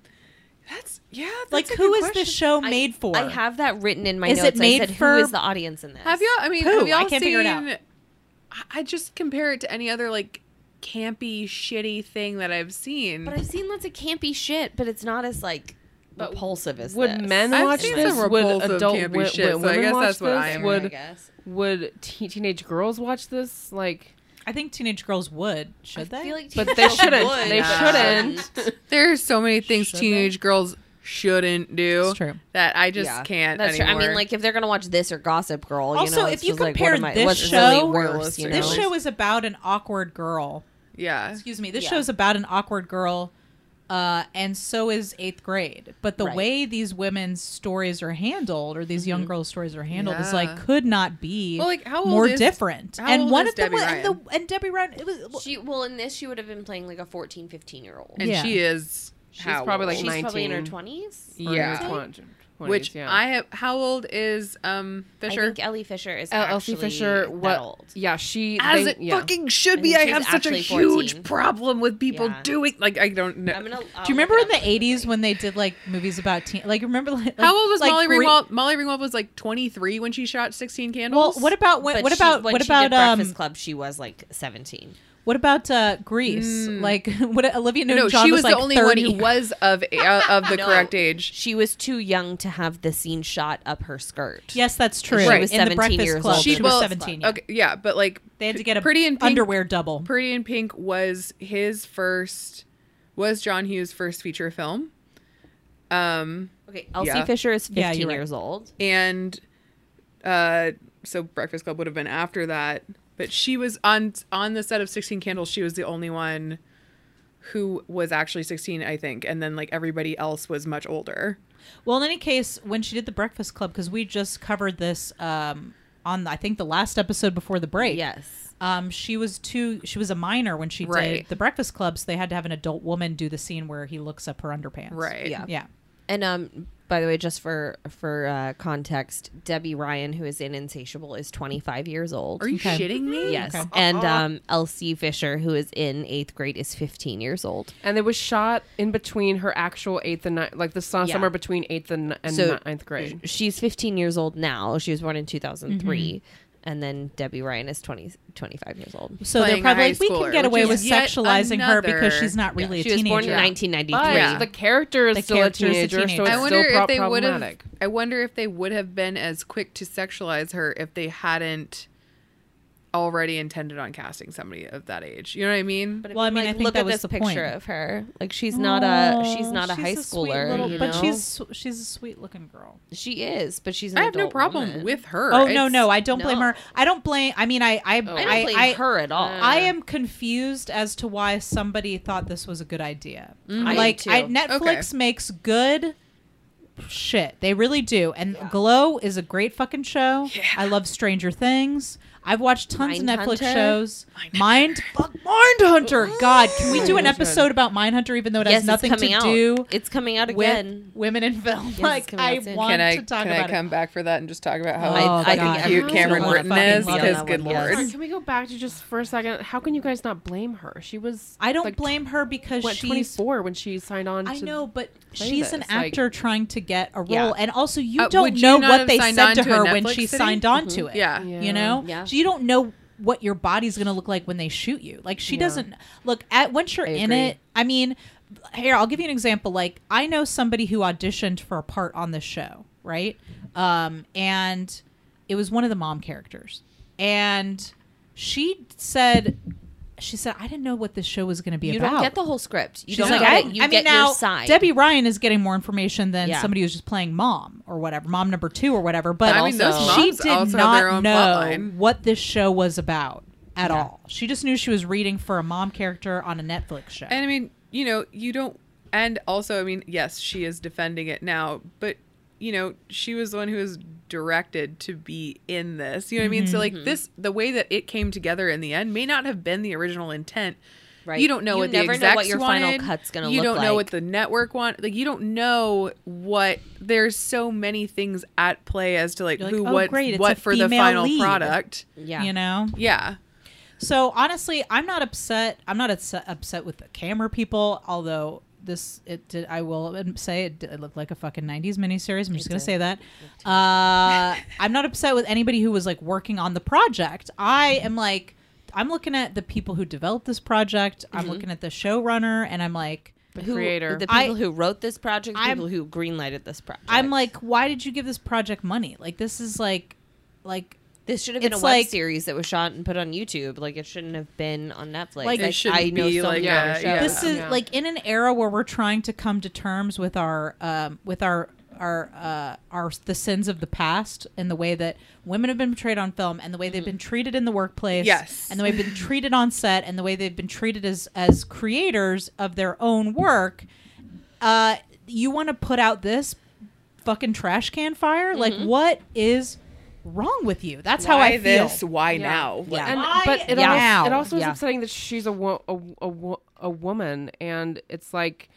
Speaker 2: that's yeah.
Speaker 5: like.
Speaker 2: That's a
Speaker 5: Who
Speaker 2: good
Speaker 5: is this
Speaker 2: question.
Speaker 5: show made for?
Speaker 3: I have that written in my
Speaker 5: Is
Speaker 3: notes.
Speaker 5: it made
Speaker 3: I said,
Speaker 5: for-
Speaker 3: who is the audience in this?
Speaker 2: Have y'all? I mean,
Speaker 5: Who?
Speaker 2: have y'all
Speaker 5: I can't
Speaker 2: seen?
Speaker 5: figure it out.
Speaker 2: I- I just compare it to any other like campy, shitty thing that I've seen.
Speaker 3: But I've seen lots of campy shit, but it's not as like repulsive as
Speaker 7: Would
Speaker 3: this.
Speaker 7: men
Speaker 2: I've
Speaker 7: watch
Speaker 2: seen
Speaker 7: this?
Speaker 2: some
Speaker 7: would
Speaker 2: repulsive
Speaker 7: adult
Speaker 2: campy
Speaker 7: would,
Speaker 2: shit,
Speaker 7: would
Speaker 2: so I
Speaker 7: women
Speaker 2: guess
Speaker 7: watch
Speaker 2: that's what
Speaker 7: this?
Speaker 2: I am.
Speaker 3: I
Speaker 7: Would
Speaker 3: guess.
Speaker 7: would te- teenage girls watch this? Like,
Speaker 5: I think teenage girls would. Should they?
Speaker 3: I feel like
Speaker 7: but they
Speaker 3: teenagers
Speaker 7: shouldn't.
Speaker 3: would.
Speaker 7: They
Speaker 2: Yeah.
Speaker 7: shouldn't.
Speaker 2: there are so many things
Speaker 5: Should they?
Speaker 2: teenage girls shouldn't do.
Speaker 5: It's true.
Speaker 2: That I just
Speaker 3: Yeah.
Speaker 2: can't.
Speaker 3: That's true. I
Speaker 2: anymore.
Speaker 3: mean, like if they're gonna watch this or Gossip Girl,
Speaker 5: Also,
Speaker 3: you know,
Speaker 5: if
Speaker 3: it's
Speaker 5: you
Speaker 3: just like, what
Speaker 5: compare
Speaker 3: am I-
Speaker 5: this
Speaker 3: what's
Speaker 5: show-
Speaker 3: really worse, you know?
Speaker 5: this show is about an awkward girl.
Speaker 2: yeah.
Speaker 5: Excuse me. This
Speaker 3: Yeah.
Speaker 5: show is about an awkward girl, uh, and so is eighth grade. But the
Speaker 3: Right.
Speaker 5: way these women's stories are handled, or these young girls' stories are handled, is like
Speaker 2: Yeah.
Speaker 5: could not be
Speaker 2: Well, like, how old
Speaker 5: more
Speaker 2: is-
Speaker 5: different.
Speaker 2: how
Speaker 5: and
Speaker 2: old
Speaker 5: one
Speaker 2: is
Speaker 5: of them
Speaker 2: Debbie
Speaker 5: was, and, the, and Debbie Ryan. It was oh
Speaker 3: She well in this she would have been playing like a 14, 15 year old.
Speaker 2: And
Speaker 5: Yeah.
Speaker 2: she is.
Speaker 7: She's
Speaker 2: how
Speaker 7: probably, like,
Speaker 2: old?
Speaker 3: She's probably in her
Speaker 7: 19.
Speaker 3: twenties.
Speaker 7: Or in
Speaker 2: Yeah.
Speaker 7: their 20s,
Speaker 2: Which
Speaker 7: yeah.
Speaker 2: I have. How old is um
Speaker 3: I
Speaker 2: Fisher?
Speaker 3: think Ellie Fisher
Speaker 5: Oh,
Speaker 3: is
Speaker 7: El- Elsie
Speaker 3: actually
Speaker 7: Fisher.
Speaker 3: that
Speaker 7: What?
Speaker 3: old.
Speaker 7: Yeah, she.
Speaker 2: As
Speaker 7: they-
Speaker 2: it
Speaker 7: yeah.
Speaker 2: fucking should
Speaker 3: I
Speaker 2: be.
Speaker 3: think
Speaker 2: I
Speaker 3: she
Speaker 2: have
Speaker 3: was
Speaker 2: such a
Speaker 3: actually
Speaker 2: huge
Speaker 3: 14.
Speaker 2: problem with people
Speaker 3: Yeah.
Speaker 2: doing. Like I don't know.
Speaker 3: I'm gonna, I'll
Speaker 5: Do you remember
Speaker 3: look
Speaker 5: in
Speaker 3: it
Speaker 5: the
Speaker 3: up really
Speaker 5: '80s
Speaker 3: quick.
Speaker 5: when they did like movies about teen? Like, remember like,
Speaker 2: How old was
Speaker 5: like,
Speaker 2: Molly
Speaker 5: Gre-
Speaker 2: Ringwald? Molly Ringwald was like 23 when she shot 16
Speaker 5: Well,
Speaker 2: Candles.
Speaker 5: what about when,
Speaker 3: But
Speaker 5: what
Speaker 3: she-
Speaker 5: about
Speaker 3: when
Speaker 5: what
Speaker 3: she did
Speaker 5: about um
Speaker 3: Breakfast Club? She was like seventeen.
Speaker 5: What about uh, Greece? Like, what Olivia
Speaker 2: No,
Speaker 5: Newton-John
Speaker 2: she
Speaker 5: was,
Speaker 2: was
Speaker 5: like
Speaker 2: the only
Speaker 5: 30.
Speaker 2: one who was of uh, of the
Speaker 3: No.
Speaker 2: correct age.
Speaker 3: She was too young to have the scene shot up her skirt.
Speaker 5: Yes, that's true.
Speaker 3: Right. was
Speaker 5: In the
Speaker 3: 17
Speaker 5: Breakfast
Speaker 3: years
Speaker 5: Club,
Speaker 3: old.
Speaker 5: she,
Speaker 3: She
Speaker 5: was
Speaker 2: well,
Speaker 5: seventeen. yeah.
Speaker 2: Okay, yeah, but like
Speaker 5: They had to get a
Speaker 2: pretty in pink,
Speaker 5: underwear double.
Speaker 2: Pretty in Pink was his first was John Hughes' first feature film. Um
Speaker 3: Okay, Elsie
Speaker 2: Yeah.
Speaker 3: Fisher is 15
Speaker 5: Yeah, you're right.
Speaker 3: years old.
Speaker 2: and uh so Breakfast Club would have been after that, but she was on on the set of 16 Candles, she was the only one who was actually 16, I think, and then like everybody else was much older.
Speaker 5: Well, in any case, when she did the Breakfast Club, because we just covered this um, on I think the last episode before the break.
Speaker 3: Yes.
Speaker 5: Um, she was too. She was a minor when she did
Speaker 2: Right.
Speaker 5: the Breakfast Club, so they had to have an adult woman do the scene where he looks up her underpants.
Speaker 2: Right.
Speaker 3: Yeah.
Speaker 5: Yeah.
Speaker 3: And um by the way, just for for uh, context, Debbie Ryan, who is in Insatiable, is 25 years old.
Speaker 2: Are you
Speaker 5: Okay.
Speaker 2: shitting me?
Speaker 3: yes.
Speaker 5: Okay.
Speaker 3: And um, Elsie Fisher, who is in eighth grade, is 15 years old.
Speaker 7: And it was shot in between her actual eighth and ninth, like the su-
Speaker 3: Yeah.
Speaker 7: summer between eighth and, and
Speaker 3: So-
Speaker 7: ninth grade.
Speaker 3: She's 15 years old now. She was born in 2003. And then Debbie Ryan is 20, 25 years old.
Speaker 5: Mm-hmm. So they're
Speaker 2: Playing a
Speaker 5: probably
Speaker 2: high
Speaker 5: like, we can
Speaker 2: schooler,
Speaker 5: get
Speaker 2: which
Speaker 5: away
Speaker 2: is
Speaker 5: with
Speaker 2: yet
Speaker 5: sexualizing her because
Speaker 2: another-
Speaker 5: she's not really a
Speaker 3: She was
Speaker 5: teenager.
Speaker 3: born in
Speaker 7: But
Speaker 3: 1993.
Speaker 2: Yeah.
Speaker 7: the character is
Speaker 5: The
Speaker 7: still
Speaker 5: character
Speaker 7: a
Speaker 5: is a
Speaker 7: teenager, so
Speaker 5: teenager.
Speaker 7: it's
Speaker 5: I
Speaker 2: I wonder
Speaker 7: still
Speaker 2: if
Speaker 7: pro-
Speaker 2: they would have.
Speaker 7: problematic.
Speaker 2: I wonder if they would have been as quick to sexualize her if they hadn't already intended on casting somebody of that age. You know what I mean? But
Speaker 5: Well, I mean, I
Speaker 3: like,
Speaker 5: think
Speaker 3: look
Speaker 5: that
Speaker 3: at
Speaker 5: was
Speaker 3: this
Speaker 5: the
Speaker 3: picture
Speaker 5: point.
Speaker 3: of her. Like she's not a she's not a
Speaker 5: She's
Speaker 3: high
Speaker 5: sweet
Speaker 3: schooler,
Speaker 5: little-
Speaker 3: you
Speaker 5: but
Speaker 3: know?
Speaker 5: she's she's a sweet looking girl.
Speaker 3: she is, but she's. An
Speaker 2: I have no
Speaker 3: adult
Speaker 2: problem
Speaker 3: woman.
Speaker 2: with her.
Speaker 5: Oh no,
Speaker 2: It's-
Speaker 5: no, I don't blame her.
Speaker 3: no. Oh,
Speaker 5: I don't blame. I mean, I I
Speaker 3: I don't blame her at all.
Speaker 5: I am confused as to why somebody thought this was a good idea.
Speaker 3: I am
Speaker 5: Like
Speaker 3: too.
Speaker 5: I, Netflix makes good shit. They really do. And Glow is a great fucking show. I love Stranger Things. I've watched tons of Netflix
Speaker 3: Mindhunter?
Speaker 5: shows. Mind fuck Mindhunter. God, can we do an episode about Mindhunter even though it
Speaker 3: yes,
Speaker 5: has nothing
Speaker 3: it's coming
Speaker 5: to
Speaker 3: out.
Speaker 5: do
Speaker 3: It's coming out
Speaker 5: with
Speaker 3: again.
Speaker 5: women in film? like
Speaker 3: coming out
Speaker 5: I
Speaker 3: soon.
Speaker 5: want
Speaker 2: Can I
Speaker 5: to talk
Speaker 2: can
Speaker 5: about
Speaker 2: I
Speaker 5: it. Oh,
Speaker 2: come back for that and just talk about how
Speaker 3: I- I
Speaker 2: fucking
Speaker 3: think
Speaker 2: cute
Speaker 7: everyone's
Speaker 2: Cameron
Speaker 7: gonna
Speaker 2: Britton
Speaker 5: fucking
Speaker 2: is?
Speaker 5: love
Speaker 2: Because
Speaker 3: that
Speaker 2: good
Speaker 3: one, yes.
Speaker 2: lord,
Speaker 7: Sorry, can we go back to just for a second? How can you guys not blame her? She was
Speaker 5: I don't
Speaker 7: like,
Speaker 5: blame her because
Speaker 7: what,
Speaker 5: she's
Speaker 7: 24 when she signed on.
Speaker 5: I
Speaker 7: to-
Speaker 5: know, but
Speaker 7: play
Speaker 5: she's an
Speaker 7: this, like-
Speaker 5: actor trying to get a role,
Speaker 3: Yeah.
Speaker 5: and also you
Speaker 2: Uh,
Speaker 5: don't
Speaker 2: would you
Speaker 5: know
Speaker 2: not
Speaker 5: what
Speaker 2: have
Speaker 5: they
Speaker 2: signed
Speaker 5: said
Speaker 2: on
Speaker 5: to
Speaker 2: to a
Speaker 5: her when
Speaker 2: Netflix
Speaker 5: she
Speaker 2: thing?
Speaker 5: signed on to it.
Speaker 2: Yeah.
Speaker 5: you know,
Speaker 3: Mm-hmm. Yeah.
Speaker 5: So you don't know what your body's going to look like when they shoot you. Like she doesn't look at once you're in
Speaker 3: agree.
Speaker 5: it. I mean, here I'll give you an example. Like I know somebody who auditioned for a part on this show, right? Um, and it was one of the mom characters, and she said. She said, "I didn't know what this show was going to be
Speaker 3: You
Speaker 5: about."
Speaker 3: don't get the whole script. You
Speaker 5: She's
Speaker 3: don't
Speaker 5: like,
Speaker 3: get
Speaker 5: I,
Speaker 3: it. You
Speaker 5: I mean,
Speaker 3: get
Speaker 5: now
Speaker 3: your side.
Speaker 5: Debbie Ryan is getting more information than
Speaker 3: Yeah.
Speaker 5: somebody who's just playing mom or whatever, mom number two or whatever. But
Speaker 2: I mean,
Speaker 3: those
Speaker 5: also, she
Speaker 2: moms also have
Speaker 5: did
Speaker 2: their
Speaker 5: not
Speaker 2: own
Speaker 5: know
Speaker 2: plotline.
Speaker 5: what this show was about at all. She just knew she was reading for a mom character on a Netflix show.
Speaker 2: and I mean, you know, you don't. And also, I mean, yes, she is defending it now, but you know, she was the one who was directed to be in this. You know what I mean? So like this, the way that it came together in the end may not have been the original intent.
Speaker 3: Right.
Speaker 2: You don't know
Speaker 3: You
Speaker 2: what
Speaker 3: never
Speaker 2: the
Speaker 3: know
Speaker 2: exact
Speaker 3: what your final cut's gonna
Speaker 2: You
Speaker 3: look
Speaker 2: don't know
Speaker 3: like.
Speaker 2: what the network want. Like you don't know what there's so many things at play as to like,
Speaker 5: You're like,
Speaker 2: who
Speaker 5: "Oh,
Speaker 2: what
Speaker 5: great, it's
Speaker 2: what
Speaker 5: a
Speaker 2: for the
Speaker 5: female
Speaker 2: final
Speaker 5: lead."
Speaker 2: product.
Speaker 3: yeah.
Speaker 5: You know?
Speaker 2: Yeah.
Speaker 5: So honestly, I'm not upset. I'm not upset, upset with the camera people, although this it did I will ad- say it, did, it looked like a fucking 90s miniseries. I'm just going to say that. Uh, I'm not upset with anybody who was like working on the project. I am like I'm looking at the people who developed this project. I'm looking at the showrunner and I'm like
Speaker 7: Mm-hmm. The
Speaker 3: Who,
Speaker 7: creator.
Speaker 3: The people
Speaker 5: I-
Speaker 3: who wrote this project, the
Speaker 5: I'm-
Speaker 3: people who greenlighted this project.
Speaker 5: I'm like why did you give this project money? Like this is like like
Speaker 3: this should have been a
Speaker 5: it's
Speaker 3: web
Speaker 5: like-
Speaker 3: series that was shot and put on YouTube. Like it shouldn't have been on Netflix.
Speaker 5: Like- It
Speaker 3: I,
Speaker 2: shouldn't
Speaker 3: I know
Speaker 2: be
Speaker 3: so
Speaker 2: like
Speaker 3: many
Speaker 2: a-
Speaker 3: other shows.
Speaker 2: yeah.
Speaker 5: this is
Speaker 7: Yeah.
Speaker 5: like in an era where we're trying to come to terms with our um, with our our uh, our the sins of the past and the way that women have been portrayed on film and the way they've been treated in the workplace
Speaker 2: Mm-hmm. Yes.
Speaker 5: and the way they've been treated on set and the way they've been treated as as creators of their own work uh you want to put out this fucking trash can fire like what is wrong with you that's how
Speaker 2: Mm-hmm. why
Speaker 5: i feel
Speaker 2: this? Why
Speaker 7: Yeah.
Speaker 2: now?
Speaker 3: Yeah.
Speaker 7: And,
Speaker 5: Why
Speaker 7: but it
Speaker 5: now?
Speaker 7: also, it also is
Speaker 3: Yeah.
Speaker 7: upsetting that she's a, wo- a, a, wo- a woman, and it's like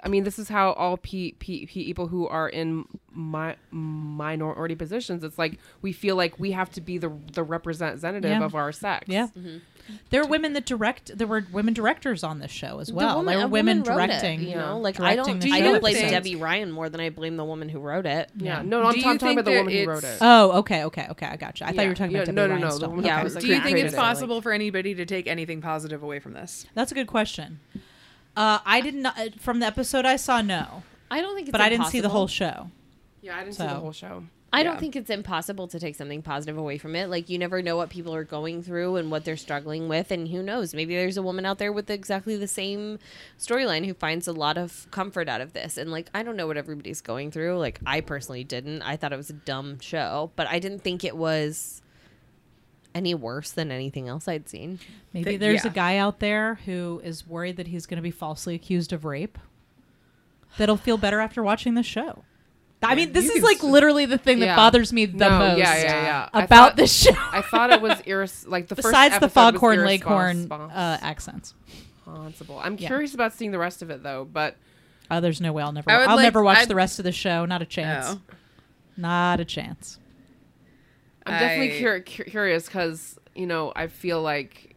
Speaker 7: I mean, this is how all pe- pe- people who are in my minority positions. It's like we feel like we have to be the the representative
Speaker 5: Yeah.
Speaker 7: of our sex.
Speaker 5: Yeah. There are women that direct. There were women directors on this show as well.
Speaker 3: a
Speaker 5: there were women
Speaker 3: wrote
Speaker 5: directing.
Speaker 3: It, you know, like I
Speaker 5: directing
Speaker 3: don't,
Speaker 5: the
Speaker 3: I
Speaker 5: show
Speaker 3: don't
Speaker 5: at
Speaker 3: blame
Speaker 5: the same
Speaker 3: Debbie Ryan more than I blame the woman who wrote it.
Speaker 7: Yeah. No, no
Speaker 2: Do
Speaker 7: I'm, I'm
Speaker 2: you
Speaker 7: talking
Speaker 2: think
Speaker 7: about the
Speaker 2: that
Speaker 7: woman who wrote
Speaker 2: it's-
Speaker 7: it.
Speaker 5: Oh, okay, okay, okay. I gotcha. I thought you
Speaker 7: Yeah.
Speaker 5: were talking
Speaker 7: Yeah,
Speaker 5: about Debbie
Speaker 7: no, no,
Speaker 5: Ryan
Speaker 7: no, the
Speaker 5: still.
Speaker 7: woman
Speaker 5: Okay.
Speaker 3: who
Speaker 5: I
Speaker 3: wrote
Speaker 5: was
Speaker 3: it.
Speaker 5: like,
Speaker 2: Do you think it's
Speaker 3: Created it, like-
Speaker 2: possible for anybody to take anything positive away from this?
Speaker 5: That's a good question. Uh, I did not uh, from the episode I saw. No,
Speaker 3: I don't think, it's
Speaker 5: but I didn't see the
Speaker 3: impossible.
Speaker 5: whole show.
Speaker 7: Yeah, I didn't
Speaker 5: see
Speaker 7: see
Speaker 5: the
Speaker 7: the
Speaker 5: So- whole
Speaker 7: whole show.
Speaker 3: I don't think it's impossible to take something positive away from it. Like you never know what people are going through and what they're struggling with, and who knows? Maybe there's a woman out there with exactly the same storyline who finds a lot of comfort out of this. And like I don't know what everybody's going through. Like I personally didn't. I thought it was a dumb show, but I didn't think it was any worse than anything else I'd seen.
Speaker 5: Maybe
Speaker 2: Th-
Speaker 5: there's
Speaker 2: yeah.
Speaker 5: a guy out there who is worried that he's going to be falsely accused of rape. That'll feel better after watching the show. I mean, this
Speaker 7: you
Speaker 5: is
Speaker 7: can
Speaker 5: like
Speaker 7: s-
Speaker 5: literally the thing that
Speaker 7: Yeah.
Speaker 5: bothers me the
Speaker 7: No,
Speaker 5: most.
Speaker 7: yeah, yeah, yeah. I
Speaker 5: About
Speaker 7: thought-
Speaker 5: this show.
Speaker 7: I thought it was iris like the first
Speaker 5: Besides the
Speaker 7: episode was
Speaker 5: foghorn, leghorn
Speaker 7: irrespons-
Speaker 5: uh, accents.
Speaker 7: responsible. I'm
Speaker 5: Yeah.
Speaker 7: curious about seeing the rest of it though, but
Speaker 5: Oh, there's no way I'll never.
Speaker 2: I would
Speaker 5: I'll
Speaker 2: like-
Speaker 5: never watch
Speaker 2: I'd-
Speaker 5: the rest of the show. Not a chance.
Speaker 2: No.
Speaker 5: Not a chance.
Speaker 7: I'm definitely
Speaker 2: I-
Speaker 7: cur- cur- curious because you know I feel like,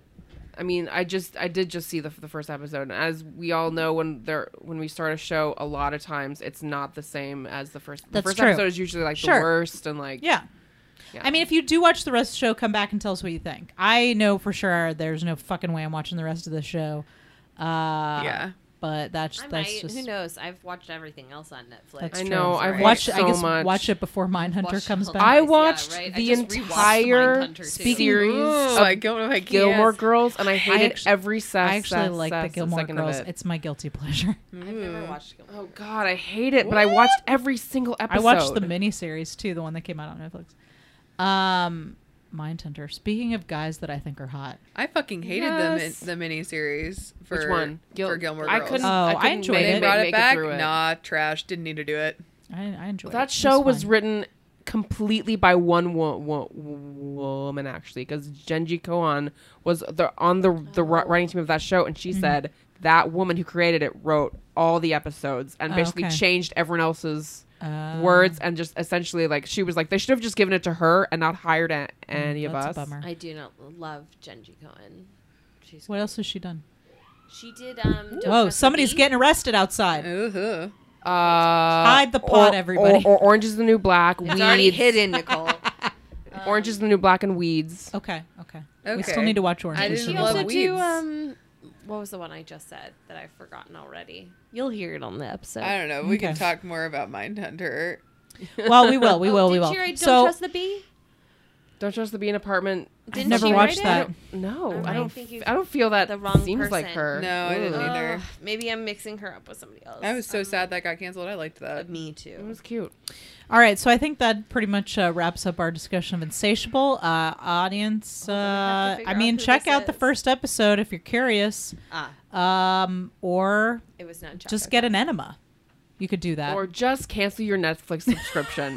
Speaker 7: I mean, I just I did just see the the first episode, and as we all know, when there when we start a show, a lot of times it's not the same as the first.
Speaker 5: That's
Speaker 7: the first
Speaker 5: true.
Speaker 7: episode is usually like
Speaker 5: Sure.
Speaker 7: the worst, and like
Speaker 5: Yeah.
Speaker 7: Yeah.
Speaker 5: I mean, if you do watch the rest of the show, come back and tell us what you think. I know for sure there's no fucking way I'm watching the rest of the show. Uh,
Speaker 2: Yeah.
Speaker 5: But that's
Speaker 3: I
Speaker 5: that's
Speaker 3: might.
Speaker 5: just.
Speaker 3: who knows? I've watched everything else on Netflix.
Speaker 5: That's
Speaker 7: I
Speaker 5: true.
Speaker 7: know
Speaker 2: Right.
Speaker 7: I've
Speaker 5: Watch.
Speaker 7: watched so
Speaker 5: I guess
Speaker 7: much.
Speaker 5: watch it before Mindhunter
Speaker 3: Watch
Speaker 5: comes
Speaker 3: Mindhunter.
Speaker 5: back.
Speaker 7: I
Speaker 3: Yeah,
Speaker 7: watched
Speaker 3: right. I
Speaker 7: the
Speaker 3: just rewatched
Speaker 7: entire
Speaker 3: Mindhunter, too.
Speaker 7: series
Speaker 2: Oh,
Speaker 7: of
Speaker 2: I don't know if I can.
Speaker 7: Gilmore Girls, and I hated
Speaker 5: actu-
Speaker 7: every sex.
Speaker 5: I actually
Speaker 7: sex-
Speaker 5: like
Speaker 7: sex-
Speaker 5: the Gilmore
Speaker 7: second of
Speaker 5: Girls.
Speaker 7: it.
Speaker 5: It's my guilty pleasure.
Speaker 3: I've never watched. Gilmore.
Speaker 7: Oh God, I hate it, but I watched every single
Speaker 5: I
Speaker 7: episode.
Speaker 5: watched the miniseries too, the one that came out on Netflix. Um, Mindhunter. Speaking of guys that I think are hot,
Speaker 2: I fucking hated
Speaker 7: Yes.
Speaker 2: the min- the miniseries for
Speaker 7: Which one? Gil-
Speaker 2: for Gilmore
Speaker 7: I
Speaker 2: Girls.
Speaker 7: couldn't.
Speaker 5: Oh, I
Speaker 7: couldn't
Speaker 5: enjoyed it.
Speaker 7: make-
Speaker 2: they
Speaker 5: They
Speaker 7: make-
Speaker 2: brought
Speaker 7: make
Speaker 2: it back.
Speaker 7: through it.
Speaker 2: Nah, trash. Didn't need to do it.
Speaker 5: I, I enjoyed it.
Speaker 7: That
Speaker 5: It
Speaker 7: show was
Speaker 5: fine.
Speaker 7: written completely by one wo- wo- woman actually because Genji Koan was the, on the the ri- writing team of that show and she said that woman who created it wrote all the episodes and
Speaker 5: Oh,
Speaker 7: basically
Speaker 5: okay.
Speaker 7: changed everyone else's
Speaker 5: Uh,
Speaker 7: words and just essentially like she was like they should have just given it to her and not hired a- any of
Speaker 5: that's
Speaker 7: us.
Speaker 5: a bummer.
Speaker 3: I do not love Genji Cohen. She's
Speaker 5: What else has she done?
Speaker 3: She did. Um, Don't Trust
Speaker 5: Whoa!
Speaker 3: the
Speaker 5: Somebody's
Speaker 3: Bee.
Speaker 5: getting arrested outside.
Speaker 2: Uh-huh.
Speaker 7: Uh, Hide
Speaker 5: the pot, everybody.
Speaker 7: Or, or Orange is the New Black.
Speaker 3: It's
Speaker 7: Weeds.
Speaker 3: already hidden, Nicole.
Speaker 7: Orange is the New Black and Weeds.
Speaker 5: Okay, okay. We
Speaker 2: Okay.
Speaker 5: still need to watch Orange.
Speaker 2: I
Speaker 5: is the
Speaker 2: didn't
Speaker 5: New
Speaker 2: love
Speaker 5: Black.
Speaker 3: also do.
Speaker 2: weeds.
Speaker 3: Um, what was the one I just said that I've forgotten already? You'll hear it on the episode.
Speaker 2: I don't know. We can
Speaker 5: Okay.
Speaker 2: talk more about Mindhunter.
Speaker 5: Well, we will, we
Speaker 3: Oh,
Speaker 5: will,
Speaker 3: did
Speaker 5: we
Speaker 3: She
Speaker 5: will.
Speaker 3: write Don't
Speaker 5: so
Speaker 3: trust the bee.
Speaker 7: Don't trust the Bean apartment.
Speaker 3: Didn't
Speaker 5: never
Speaker 3: she
Speaker 5: watched
Speaker 3: write
Speaker 5: that.
Speaker 3: It?
Speaker 7: No,
Speaker 3: Or
Speaker 7: oh, I
Speaker 3: I
Speaker 7: don't.
Speaker 3: think
Speaker 7: f-
Speaker 3: you-
Speaker 7: I don't feel that
Speaker 3: the wrong
Speaker 7: seems like
Speaker 3: person.
Speaker 7: her.
Speaker 2: No, I didn't
Speaker 7: Ooh.
Speaker 2: either.
Speaker 3: Ugh, maybe I'm mixing her up with somebody else.
Speaker 2: I was so
Speaker 3: Um,
Speaker 2: sad that got canceled. I liked
Speaker 3: uh,
Speaker 2: that.
Speaker 3: Me
Speaker 7: It
Speaker 3: too.
Speaker 7: was cute.
Speaker 5: All right, so I think that pretty much uh, wraps up our discussion of Insatiable. Uh, audience, uh,
Speaker 3: Hold on, I have to
Speaker 5: I
Speaker 3: figure
Speaker 5: mean,
Speaker 3: out who
Speaker 5: check
Speaker 3: this
Speaker 5: out the
Speaker 3: is.
Speaker 5: first episode if you're curious,
Speaker 3: Ah,
Speaker 5: um, or
Speaker 3: it was not.
Speaker 5: just
Speaker 3: Jocko.
Speaker 5: get an enema. You could do that.
Speaker 7: Or just cancel your Netflix subscription.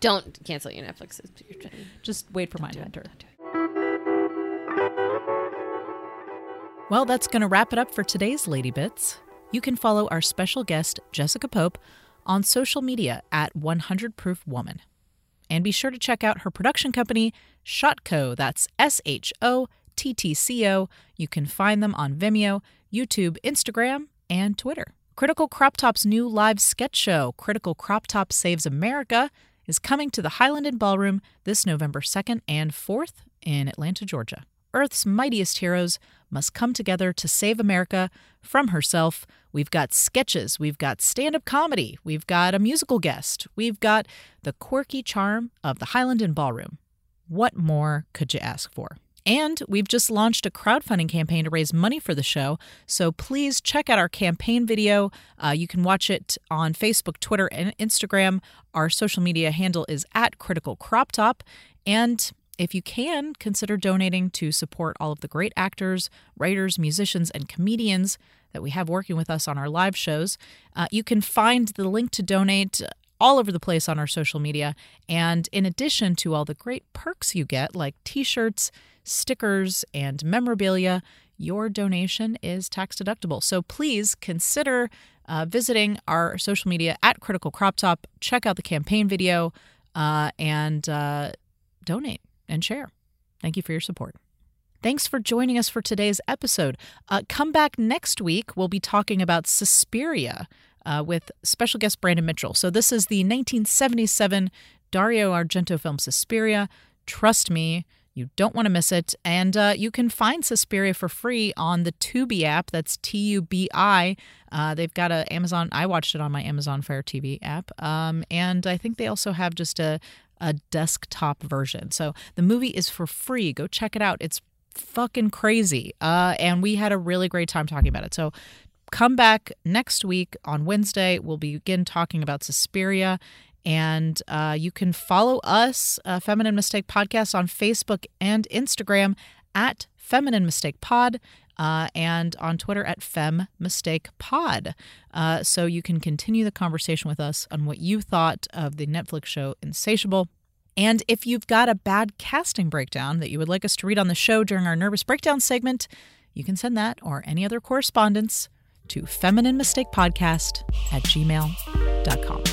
Speaker 3: Don't cancel your Netflix subscription.
Speaker 5: just wait for Mindhunter.
Speaker 3: do
Speaker 1: Well, that's going to wrap it up for today's Lady Bits. You can follow our special guest, Jessica Pope, on social media at 100 Proof Woman. And be sure to check out her production company, Shotco. That's S H O T T C O. You can find them on Vimeo, YouTube, Instagram, and Twitter. Critical Crop Top's new live sketch show, Critical Crop Top Saves America, is coming to the Highland and Ballroom this November 2nd and 4th in Atlanta, Georgia. Earth's mightiest heroes must come together to save America from herself. We've got sketches, we've got stand up comedy, we've got a musical guest, we've got the quirky charm of the Highland and Ballroom. What more could you ask for? And we've just launched a crowdfunding campaign to raise money for the show, so please check out our campaign video. Uh, you can watch it on Facebook, Twitter, and Instagram. Our social media handle is at Critical Crop Top. And if you can, consider donating to support all of the great actors, writers, musicians, and comedians that we have working with us on our live shows. Uh, you can find the link to donate all over the place on our social media. And in addition to all the great perks you get, like t shirts, stickers, and memorabilia,
Speaker 5: Your donation is tax deductible. So please consider uh, visiting our social media at Critical Crop Top. Check out the campaign video uh, and uh, donate and share. Thank you for your support. Thanks for joining us for today's episode. Uh, come back next week. We'll be talking about Suspiria uh, with special guest Brandon Mitchell. So, this is the 1977 Dario Argento film Suspiria. Trust me, you don't want to miss it. And uh, you can find Suspiria for free on the Tubi app. That's T U B I. Uh, they've got a Amazon. I watched it on my Amazon Fire TV app. Um, and I think they also have just a a desktop version. So the movie is for free. Go check it out. It's fucking crazy. Uh, and we had a really great time talking about it. So come back next week on Wednesday. We'll begin talking about Suspiria. And uh, you can follow us, uh, Feminine Mistake Podcast, on Facebook and Instagram at Feminine Mistake Pod uh, and on Twitter at Fem Mistake Pod. Uh, so you can continue the conversation with us on what you thought of the Netflix show Insatiable. And if you've got a bad casting breakdown that you would like us to read on the show during our Nervous Breakdown segment, you can send that or any other correspondence to femininemistakepodcast at gmail.com.